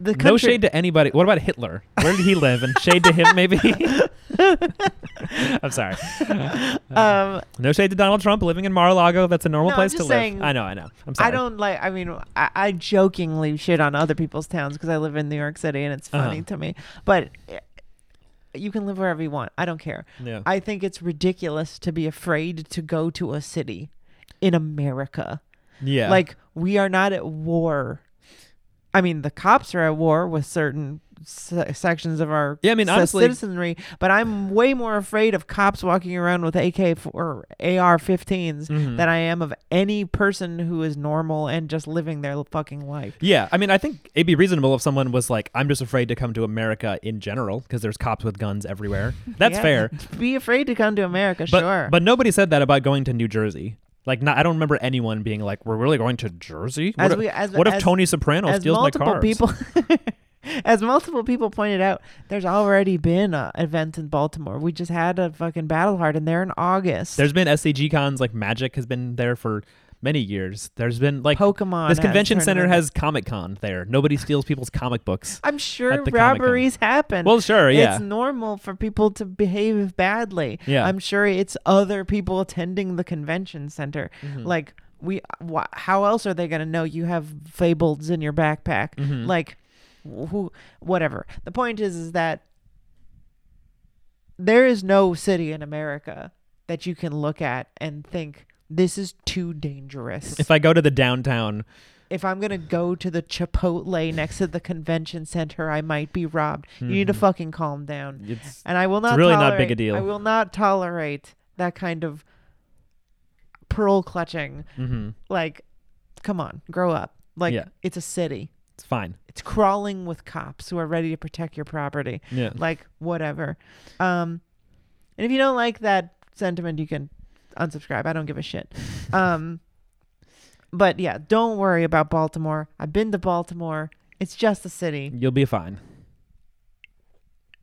the country, No shade to anybody. What about Hitler? Where did he live? And shade to him, <laughs> maybe. <laughs> I'm sorry. Uh, Um, No shade to Donald Trump living in Mar-a-Lago. That's a normal No, I'm place just to saying- live. I know. I know. I'm sorry. I don't like. I mean, I, I jokingly shit on other people's towns because I live in New York City and it's funny Uh-huh. to me. But eh, you can live wherever you want. I don't care. Yeah. I think it's ridiculous to be afraid to go to a city in America. yeah. Like we are not at war. I mean, the cops are at war with certain se- sections of our Yeah, I mean, ci- honestly- citizenry, but I'm way more afraid of cops walking around with AK f- or AR-15s Mm-hmm. than I am of any person who is normal and just living their l- fucking life. Yeah, I mean, I think it'd be reasonable if someone was like, "I'm just afraid to come to America in general because there's cops with guns <laughs> everywhere." That's Yeah. fair, Be afraid to come to America, but sure. but nobody said that about going to New Jersey. Like, not, I don't remember anyone being like, "We're really going to Jersey." What As if, we- as- what if as- Tony Soprano as steals my multiple car? people <laughs> as multiple people pointed out there's already been a event in baltimore we just had a fucking battle heart and they're in august There's been SCG cons like Magic has been there for many years. There's been like pokemon this has convention center tournament. has Comic Con there. Nobody steals people's comic <laughs> books. i'm sure at the Comic-Con. robberies happen Well, sure, yeah. it's normal for people to behave badly Yeah. i'm sure it's other people attending the convention center Mm. Mm-hmm. like we wh- how else are they going to know you have fables in your backpack Mm-hmm. like wh- who whatever the point is is that there is no city in america that you can look at and think this is too dangerous if I go to the downtown, if I'm gonna go to the Chipotle next to the convention center, I might be robbed. You need to fucking calm down. Hmm. it's And I will not. really tolerate, not big a deal. I will not tolerate that kind of pearl clutching. mhm, Like, come on, grow up. Like, Yeah. it's a city. it's fine. It's crawling with cops who are ready to protect your property. Yeah. Like, whatever. Um, and if you don't like that sentiment, you can unsubscribe. I don't give a shit. Um, but yeah, don't worry about Baltimore. I've been to Baltimore. It's just a city. You'll be fine.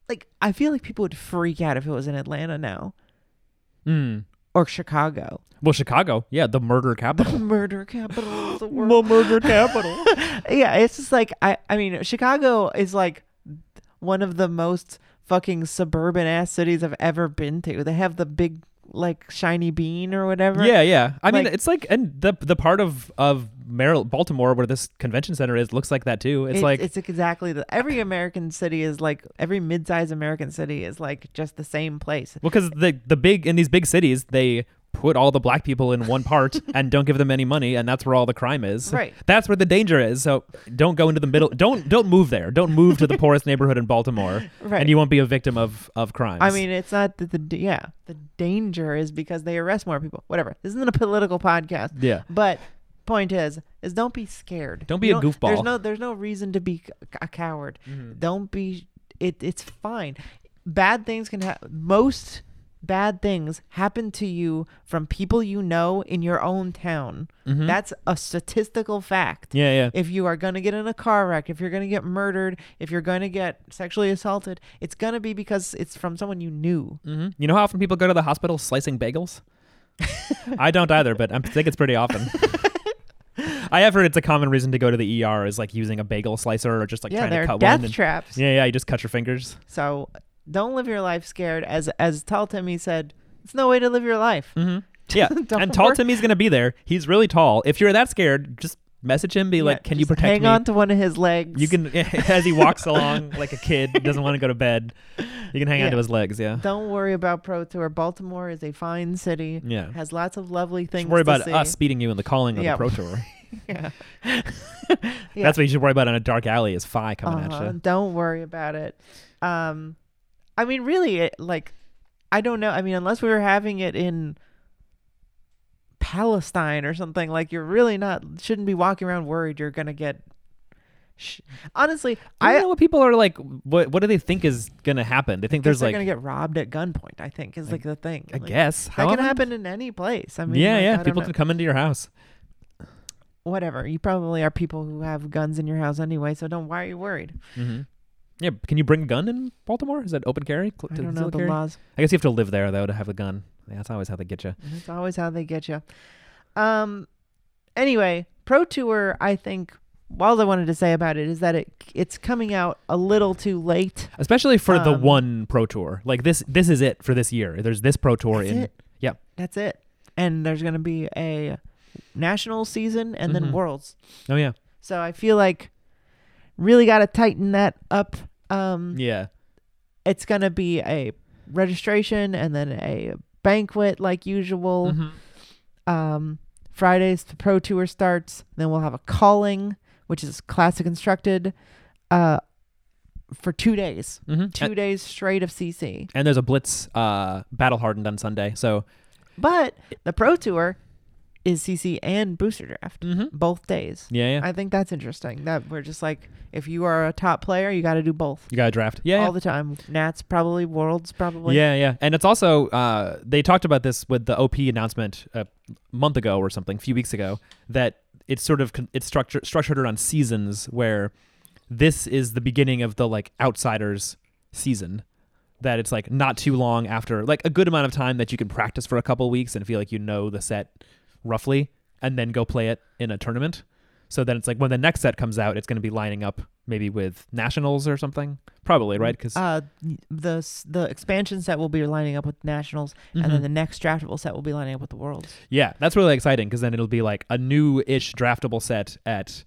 Like, I feel like people would freak out if it was in Atlanta now Mm. or Chicago, Well, Chicago, yeah, the <laughs> murder capital. murder capital of the world. murder capital. yeah, it's just like I I mean, Chicago is like one of the most fucking suburban ass cities I've ever been to. They have the big like shiny bean or whatever. yeah, yeah. I mean, Like- it's like, and the the part of of Maryland, Baltimore, where this convention center is, looks like that too. It's like, it's exactly the every American city is like every mid-sized American city is like just the same place. well, because the the big in these big cities, they put all the black people in one <laughs> part and don't give them any money, and that's where all the crime is. Right. That's where the danger is. So don't go into the middle. Don't don't move there. Don't <laughs> move to the poorest neighborhood in Baltimore, Right. and you won't be a victim of of crimes. I mean, it's not that the d- yeah the danger is because they arrest more people. Whatever. This isn't a political podcast. yeah. But point is, is don't be scared. Don't be You a There's goofball. Mm-hmm. no, there's no reason to be c- a coward. Don't be. It, it's fine. Bad things can happen. Most bad things happen to you from people you know in your own town. Mm-hmm. That's a statistical fact. Yeah, yeah. If you are going to get in a car wreck, if you're going to get murdered, if you're going to get sexually assaulted, it's going to be because it's from someone you knew. hmm You know how often people go to the hospital <laughs> slicing bagels? I don't either, but I think it's pretty often. I have heard it's a common reason to go to the ER is like using a bagel slicer or just like yeah, trying there to are cut death one. and- traps. yeah, yeah, you just cut your fingers. So don't live your life scared. As as Tall Timmy said, it's no way to live your life. hmm Yeah, Mm-hmm. <laughs> Don't and tall worry. Timmy's gonna be there. He's really tall. If you're that scared, just message him. Be like, Yeah, "Can you just protect hang me?" on to one of his legs. You can, <laughs> as he walks along like a kid, doesn't want to go to bed. You can <laughs> hang Yeah. on to his legs. Yeah, Don't worry about Pro Tour. Baltimore is a fine city. yeah. Has lots of lovely things. Just worry to about see. us beating you in the calling of Yeah. the pro tour. <laughs> Yeah. Yeah. <laughs> That's what you should worry about in a dark alley is Fi coming Uh-huh. at you. Don't worry about it. Um, I mean, really, it, like, I don't know. I mean, unless we were having it in Palestine or something, like, you're really not shouldn't be walking around worried you're gonna get. Sh- Honestly, I I, don't know what people are like. What what do they think is gonna happen? They think guess there's they're like gonna get robbed at gunpoint. I think is like the thing. I Like, guess that can However- happen in any place. I mean, yeah, like, yeah. I People don't can know. come into your house. whatever. You probably are people who have guns in your house anyway, so don't. Why are you worried? hmm Yeah, but can you bring a gun in Baltimore? Is that open carry? Cl- I to don't know concealed the carry? laws. I guess you have to live there though to have a gun. Yeah, that's always how they get you. That's always how they get you. Um. Anyway, Pro Tour, I think all I wanted to say about it is that it it's coming out a little too late. especially for the Um, one pro tour. Like this, this is it for this year. There's this pro tour That's in. it. Yeah, That's it. And there's going to be a national season and Mhm. then worlds. oh yeah, So I feel like really got to tighten that up. Um, yeah. It's going to be a registration and then a banquet like usual. Mhm. Um, Fridays the pro tour starts. Then we'll have a calling, which is classic instructed, uh, for two days, Mhm. two And, days straight of CC. and there's a blitz uh, battle hardened on Sunday. So But the pro tour is CC and booster draft Mhm. both days. yeah, yeah. Mm-hmm. I think that's interesting. That we're just like, if you are a top player, you got to do both you got to draft. Yeah, yeah. all the time. Nats probably, worlds probably. Yeah, yeah, and it's also uh, they talked about this with the OP announcement a month ago or something, a few weeks ago. That it's sort of con- it's structured structured around seasons, where this is the beginning of the like outsiders season. That it's like not too long after, like a good amount of time that you can practice for a couple weeks and feel like you know the set roughly, and then go play it in a tournament. So then it's like when the next set comes out, it's going to be lining up maybe with nationals or something, probably right? Because Uh, the s- the expansion set will be lining up with nationals, and Mm-hmm. then the next draftable set will be lining up with the worlds. Yeah, that's really exciting because then it'll be like a new-ish draftable set at.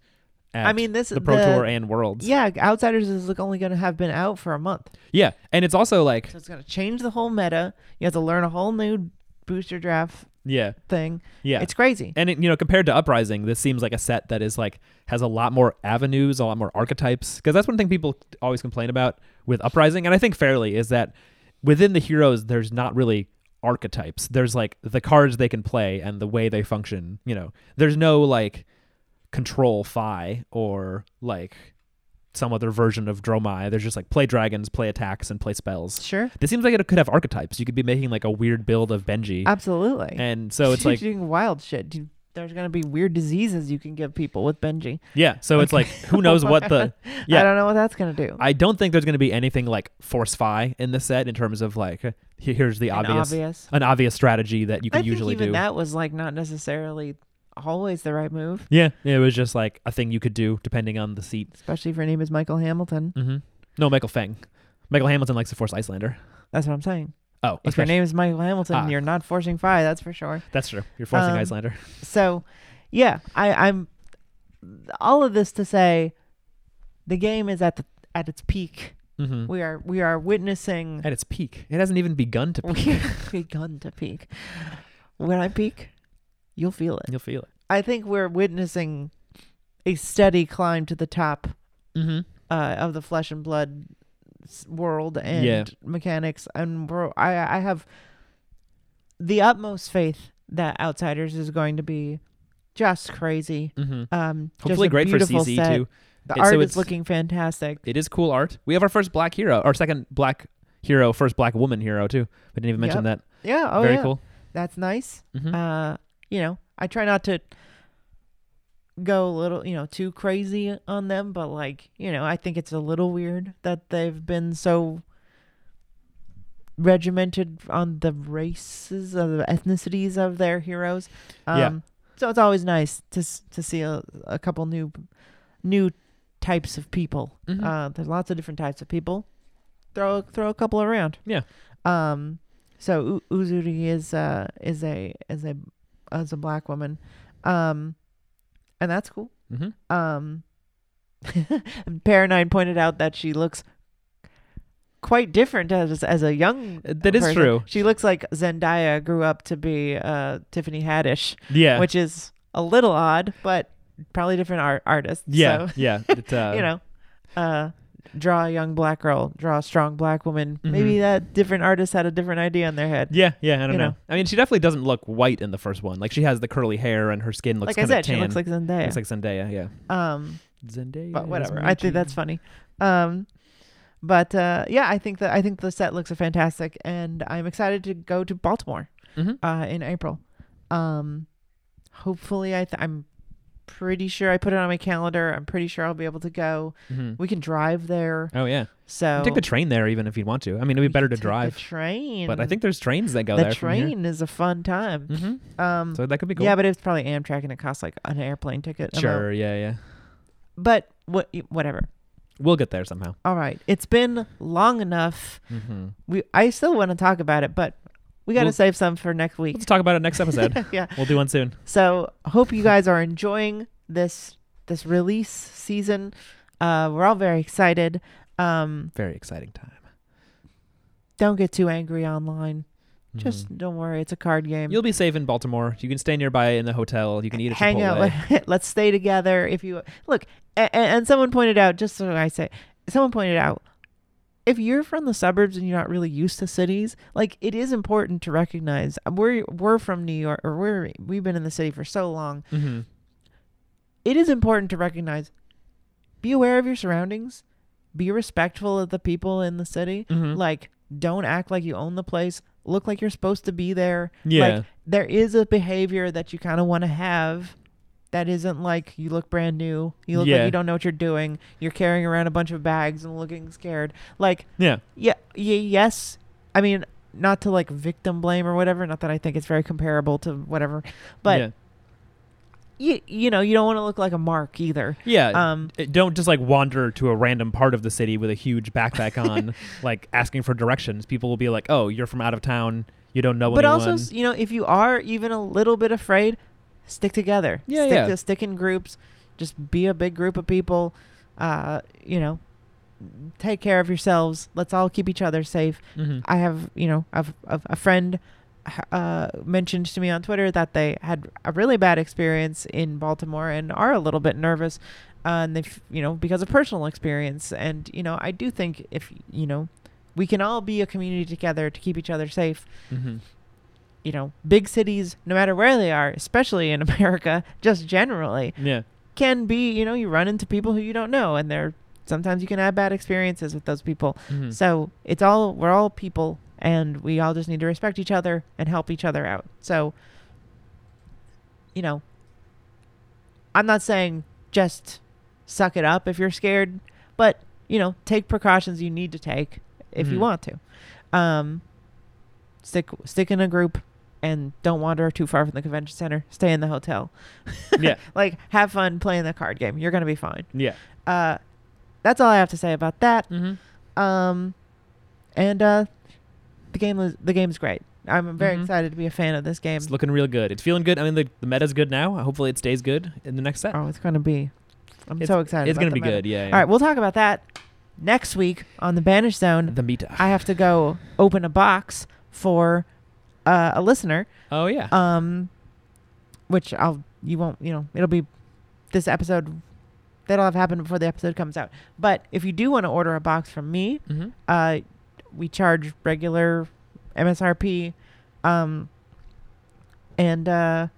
at I mean, this the Pro the- Tour and Worlds. Yeah, Outsiders is like only going to have been out for a month, yeah, and it's also like so it's going to change the whole meta. You have to learn a whole new booster draft yeah, thing. yeah. It's crazy. and it, you know, compared to Uprising, this seems like a set that is like has a lot more avenues, a lot more archetypes. Because that's one thing people always complain about with Uprising, and I think fairly is that within the heroes, there's not really archetypes. There's like the cards they can play and the way they function. You know, there's no like control phi or like some other version of Dromai. There's just like play dragons, play attacks, and play spells. Sure, This seems like it could have archetypes. You could be making like a weird build of Benji. absolutely. and so it's You're like doing wild shit. Dude, There's going to be weird diseases you can give people with Benji. Yeah, so it's like who knows <laughs> what the I yeah. don't know what that's going to do. I don't think there's going to be anything like force fi in this set in terms of like here- here's the An obvious an obvious strategy that you I can think usually even do. that was like not necessarily always the right move, yeah, it was just like a thing you could do depending on the seat. especially if your name is Michael Hamilton. hmm No, Michael Feng. Michael Hamilton likes to force Icelander. That's what I'm saying. Oh, If your especially- name is Michael Hamilton, Ah. you're not forcing Phi, that's for sure. that's true. You're forcing Um, Icelander. So, yeah, I, I'm all of this to say the game is at the at its peak. hmm We are we are witnessing At its peak, it hasn't even begun <laughs> to peak. we've begun to peak. When I peak, you'll feel it. You'll feel it. I think we're witnessing a steady climb to the top Mm-hmm. uh, of the flesh and blood s- world and Yeah. mechanics, and we're, I I have the utmost faith that Outsiders is going to be just crazy. Mm-hmm. Um, just Hopefully, a great for beautiful CC set. too. The It- so art it's- is looking fantastic. It is cool art. We have our first black hero, our second black hero, first black woman hero too. We didn't even mention that. Yeah, oh Very yeah, cool. that's nice. Mm-hmm. Uh, you know, I try not to go a little, you know, too crazy on them, but like, you know, I think it's a little weird that they've been so regimented on the races of the ethnicities of their heroes. Um, Yeah. So it's always nice to s- to see a, a couple new new types of people. Mhm. Uh, there's lots of different types of people. Throw throw a couple around. Yeah. Um. So U- Uzuri is uh is a is a as a black woman, um, and that's cool. mm-hmm. Um, <laughs> Paranine pointed out that she looks quite different as as a young. Uh, that is person. true. She looks like Zendaya grew up to be uh, Tiffany Haddish, Yeah. which is a little odd, but probably different art artists. yeah. so, <laughs> Yeah. It, uh, you know, uh, draw a young black girl, draw a strong black woman. Maybe Mhm. that different artist had a different idea in their head. Yeah. Yeah. I don't you know. know. I mean, she definitely doesn't look white in the first one. Like she has the curly hair and her skin looks like I kinda said, tan. she looks like Zendaya. Looks like Zendaya. Yeah. um, Zendaya. but is whatever. I think that's funny. magic. Um, but uh, yeah, I think that I think the set looks fantastic, and I'm excited to go to Baltimore Mhm. uh, in April. Um, hopefully, I th- I'm pretty sure I put it on my calendar. I'm pretty sure I'll be able to go. Mhm. We can drive there, Oh yeah. so Take the train there even if you want to. I mean, it'd we be better can to take drive. The train, but I think there's trains that go the there. train is a fun time. hmm Um, So that could be cool. yeah, but it's probably Amtrak, and it costs like an airplane ticket. amount. Sure. Yeah. Yeah. but what whatever. We'll get there somehow. All right. It's been long enough. Mm-hmm. We I still want to talk about it, but we got to We'll- save some for next week. Let's talk about it next episode. <laughs> yeah. we'll do one soon. So hope you guys are enjoying this this release season. Uh, we're all very excited. Um, Very exciting time. don't get too angry online. Just Mhm. don't worry. It's a card game. You'll be safe in Baltimore. You can stay nearby in the hotel. You can eat at hang Chipotle. out. <laughs> Let's stay together. If you look, and, and someone pointed out, just so I say, someone pointed out, if you're from the suburbs and you're not really used to cities, like it is important to recognize uh, we're we're from New York or we're we've been in the city for so long. hmm It is important to recognize, be aware of your surroundings, be respectful of the people in the city. Mhm. Like, don't act like you own the place. Look like you're supposed to be there. Yeah. Like, there is a behavior that you kind of want to have that isn't like you look brand new. You look like Yeah. you don't know what you're doing. You're carrying around a bunch of bags and looking scared. Like, yeah. yeah, yeah, yes. I mean, not to like victim blame or whatever. Not that I think it's very comparable to whatever, but yeah. you you know you don't want to look like a mark either. Yeah. Um, Uh, don't just like wander to a random part of the city with a huge backpack <laughs> on, like asking for directions. People will be like, "Oh, you're from out of town. You don't know but anyone." also s- you know if you are even a little bit afraid stick together Yeah, stick yeah. to stick in groups just be a big group of people uh you know take care of yourselves let's all keep each other safe Mhm. i have you know I've, I've, a friend h- uh mentioned to me on twitter that they had a really bad experience in baltimore and are a little bit nervous uh, and they f- you know because of personal experience and you know i do think if you know we can all be a community together to keep each other safe Mhm. you know, big cities, no matter where they are, especially in <laughs> America, just generally, Yeah. can be, you know, you run into people who you don't know and they're sometimes you can have bad experiences with those people. Mhm. So it's all we're all people and we all just need to respect each other and help each other out. So you know I'm not saying just suck it up if you're scared, but you know, take precautions you need to take if you Mhm. want to. Um stick stick in a group and don't wander too far from the convention center. Stay in the hotel. <laughs> Yeah. like have fun playing the card game. You're gonna be fine. Yeah. Uh that's all I have to say about that. Mm-hmm. Um, and uh, the game was the game's great. I'm very Mhm. excited to be a fan of this game. It's looking real good. It's feeling good. I mean, the, the meta's good now. Hopefully, it stays good in the next set. oh, it's gonna be. I'm so excited. It's about gonna the be meta. good. Yeah. All right, we'll talk about that next week on the Banish Zone. The meta. I have to go open a box for uh, a listener. oh yeah. Um, which I'll you won't you know it'll be this episode that'll have happened before the episode comes out. But if you do want to order a box from me, mm-hmm. uh, we charge regular MSRP, um, and uh,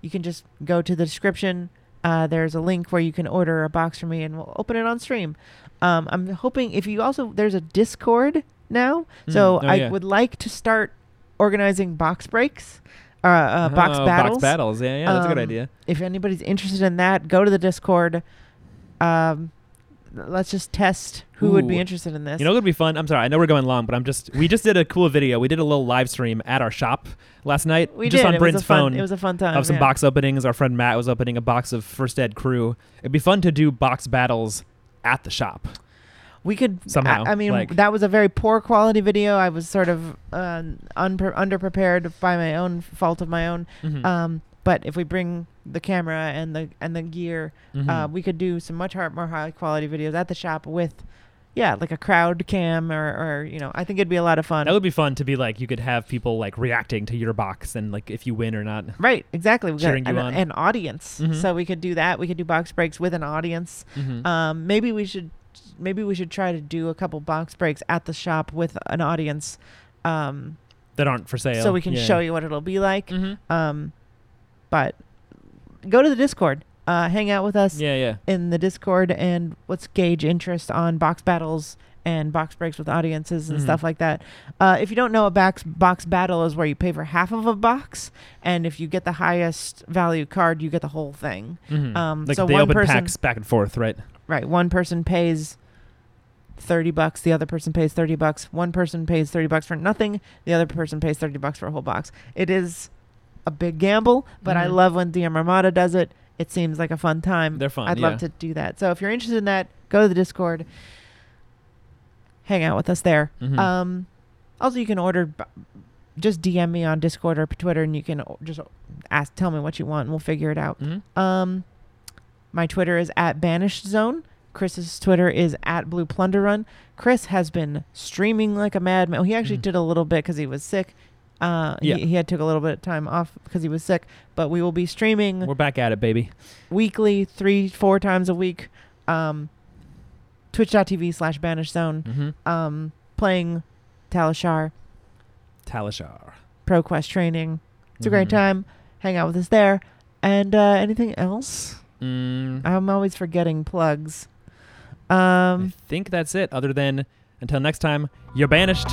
you can just go to the description. Uh, there's a link where you can order a box from me, and we'll open it on stream. Um, I'm hoping if you also there's a Discord now, so Mm, oh, I yeah. would like to start organizing box breaks, uh, uh, box Oh, battles. Box battles. Yeah, yeah. That's a good Um, idea. If anybody's interested in that, go to the Discord. Um, let's just test who would be Ooh. interested in this. You know, it would be fun. I'm sorry. I know we're going long, but I'm just. We just did a cool video. We did a little live stream at our shop last night. we just did. on it Bryn's was a phone. Fun, it was a fun time. of some yeah. box openings. Our friend Matt was opening a box of First Ed Crew. It'd be fun to do box battles at the shop. We could I- somehow, I, mean, like- that was a very poor quality video. I was sort of uh, unpre- underprepared by my own fault of my own. Mhm. Um, but if we bring the camera and the and the gear, uh, Mhm. we could do some much har more high quality videos at the shop with, yeah, like a crowd cam or, or you know, I think it'd be a lot of fun. that would be fun to be like you could have people like reacting to your box and like if you win or not. Right, exactly. We got Cheering you an, on. an audience, Mhm. so we could do that. We could do box breaks with an audience. Mhm. Um, maybe we should maybe we should try to do a couple box breaks at the shop with an audience, um, <laughs> that aren't for sale. so we can Yeah. show you what it'll be like. Mhm. Um, but go to the Discord, uh, hang out with us Yeah, yeah. in the Discord, and let's gauge interest on box battles and box breaks with audiences and Mhm. stuff like that. Uh, if you don't know, a box box battle is where you pay for half of a box, and if you get the highest value card, you get the whole thing. Mhm. um, like so they one open person- Mm-hmm. packs back and forth, right? Right. One person pays 30 bucks, the other person pays 30 bucks. One person pays 30 bucks for nothing, the other person pays 30 bucks for a whole box. It is a big gamble, but I Mhm. love when DM Armada does it. It seems like a fun time. They're fun, I'd yeah. love to do that. So if you're interested in that, go to the Discord. Hang out with us there. Mhm. Um, also, you can order. b- Just DM me on Discord or Twitter, and you can o- just ask, tell me what you want, and we'll figure it out. Mhm. Um, my Twitter is at Banished Zone. Chris's Twitter is at Blue Plunder Run. Chris has been streaming like a madman. He actually Mhm. did a little bit because he was sick. Uh, Yeah. he, he had took a little bit of time off because he was sick. But we will be streaming We're back at it, baby. weekly, three, four times a week. Um, Twitch.tv slash Banished Zone. Mm-hmm. Um, playing Talishar Talishar. Pro Quest training. It's a great Mhm. time. Hang out with us there. And uh, anything else? Mm, I'm always forgetting plugs. I Um, think that's it. Other than until next time, you're banished.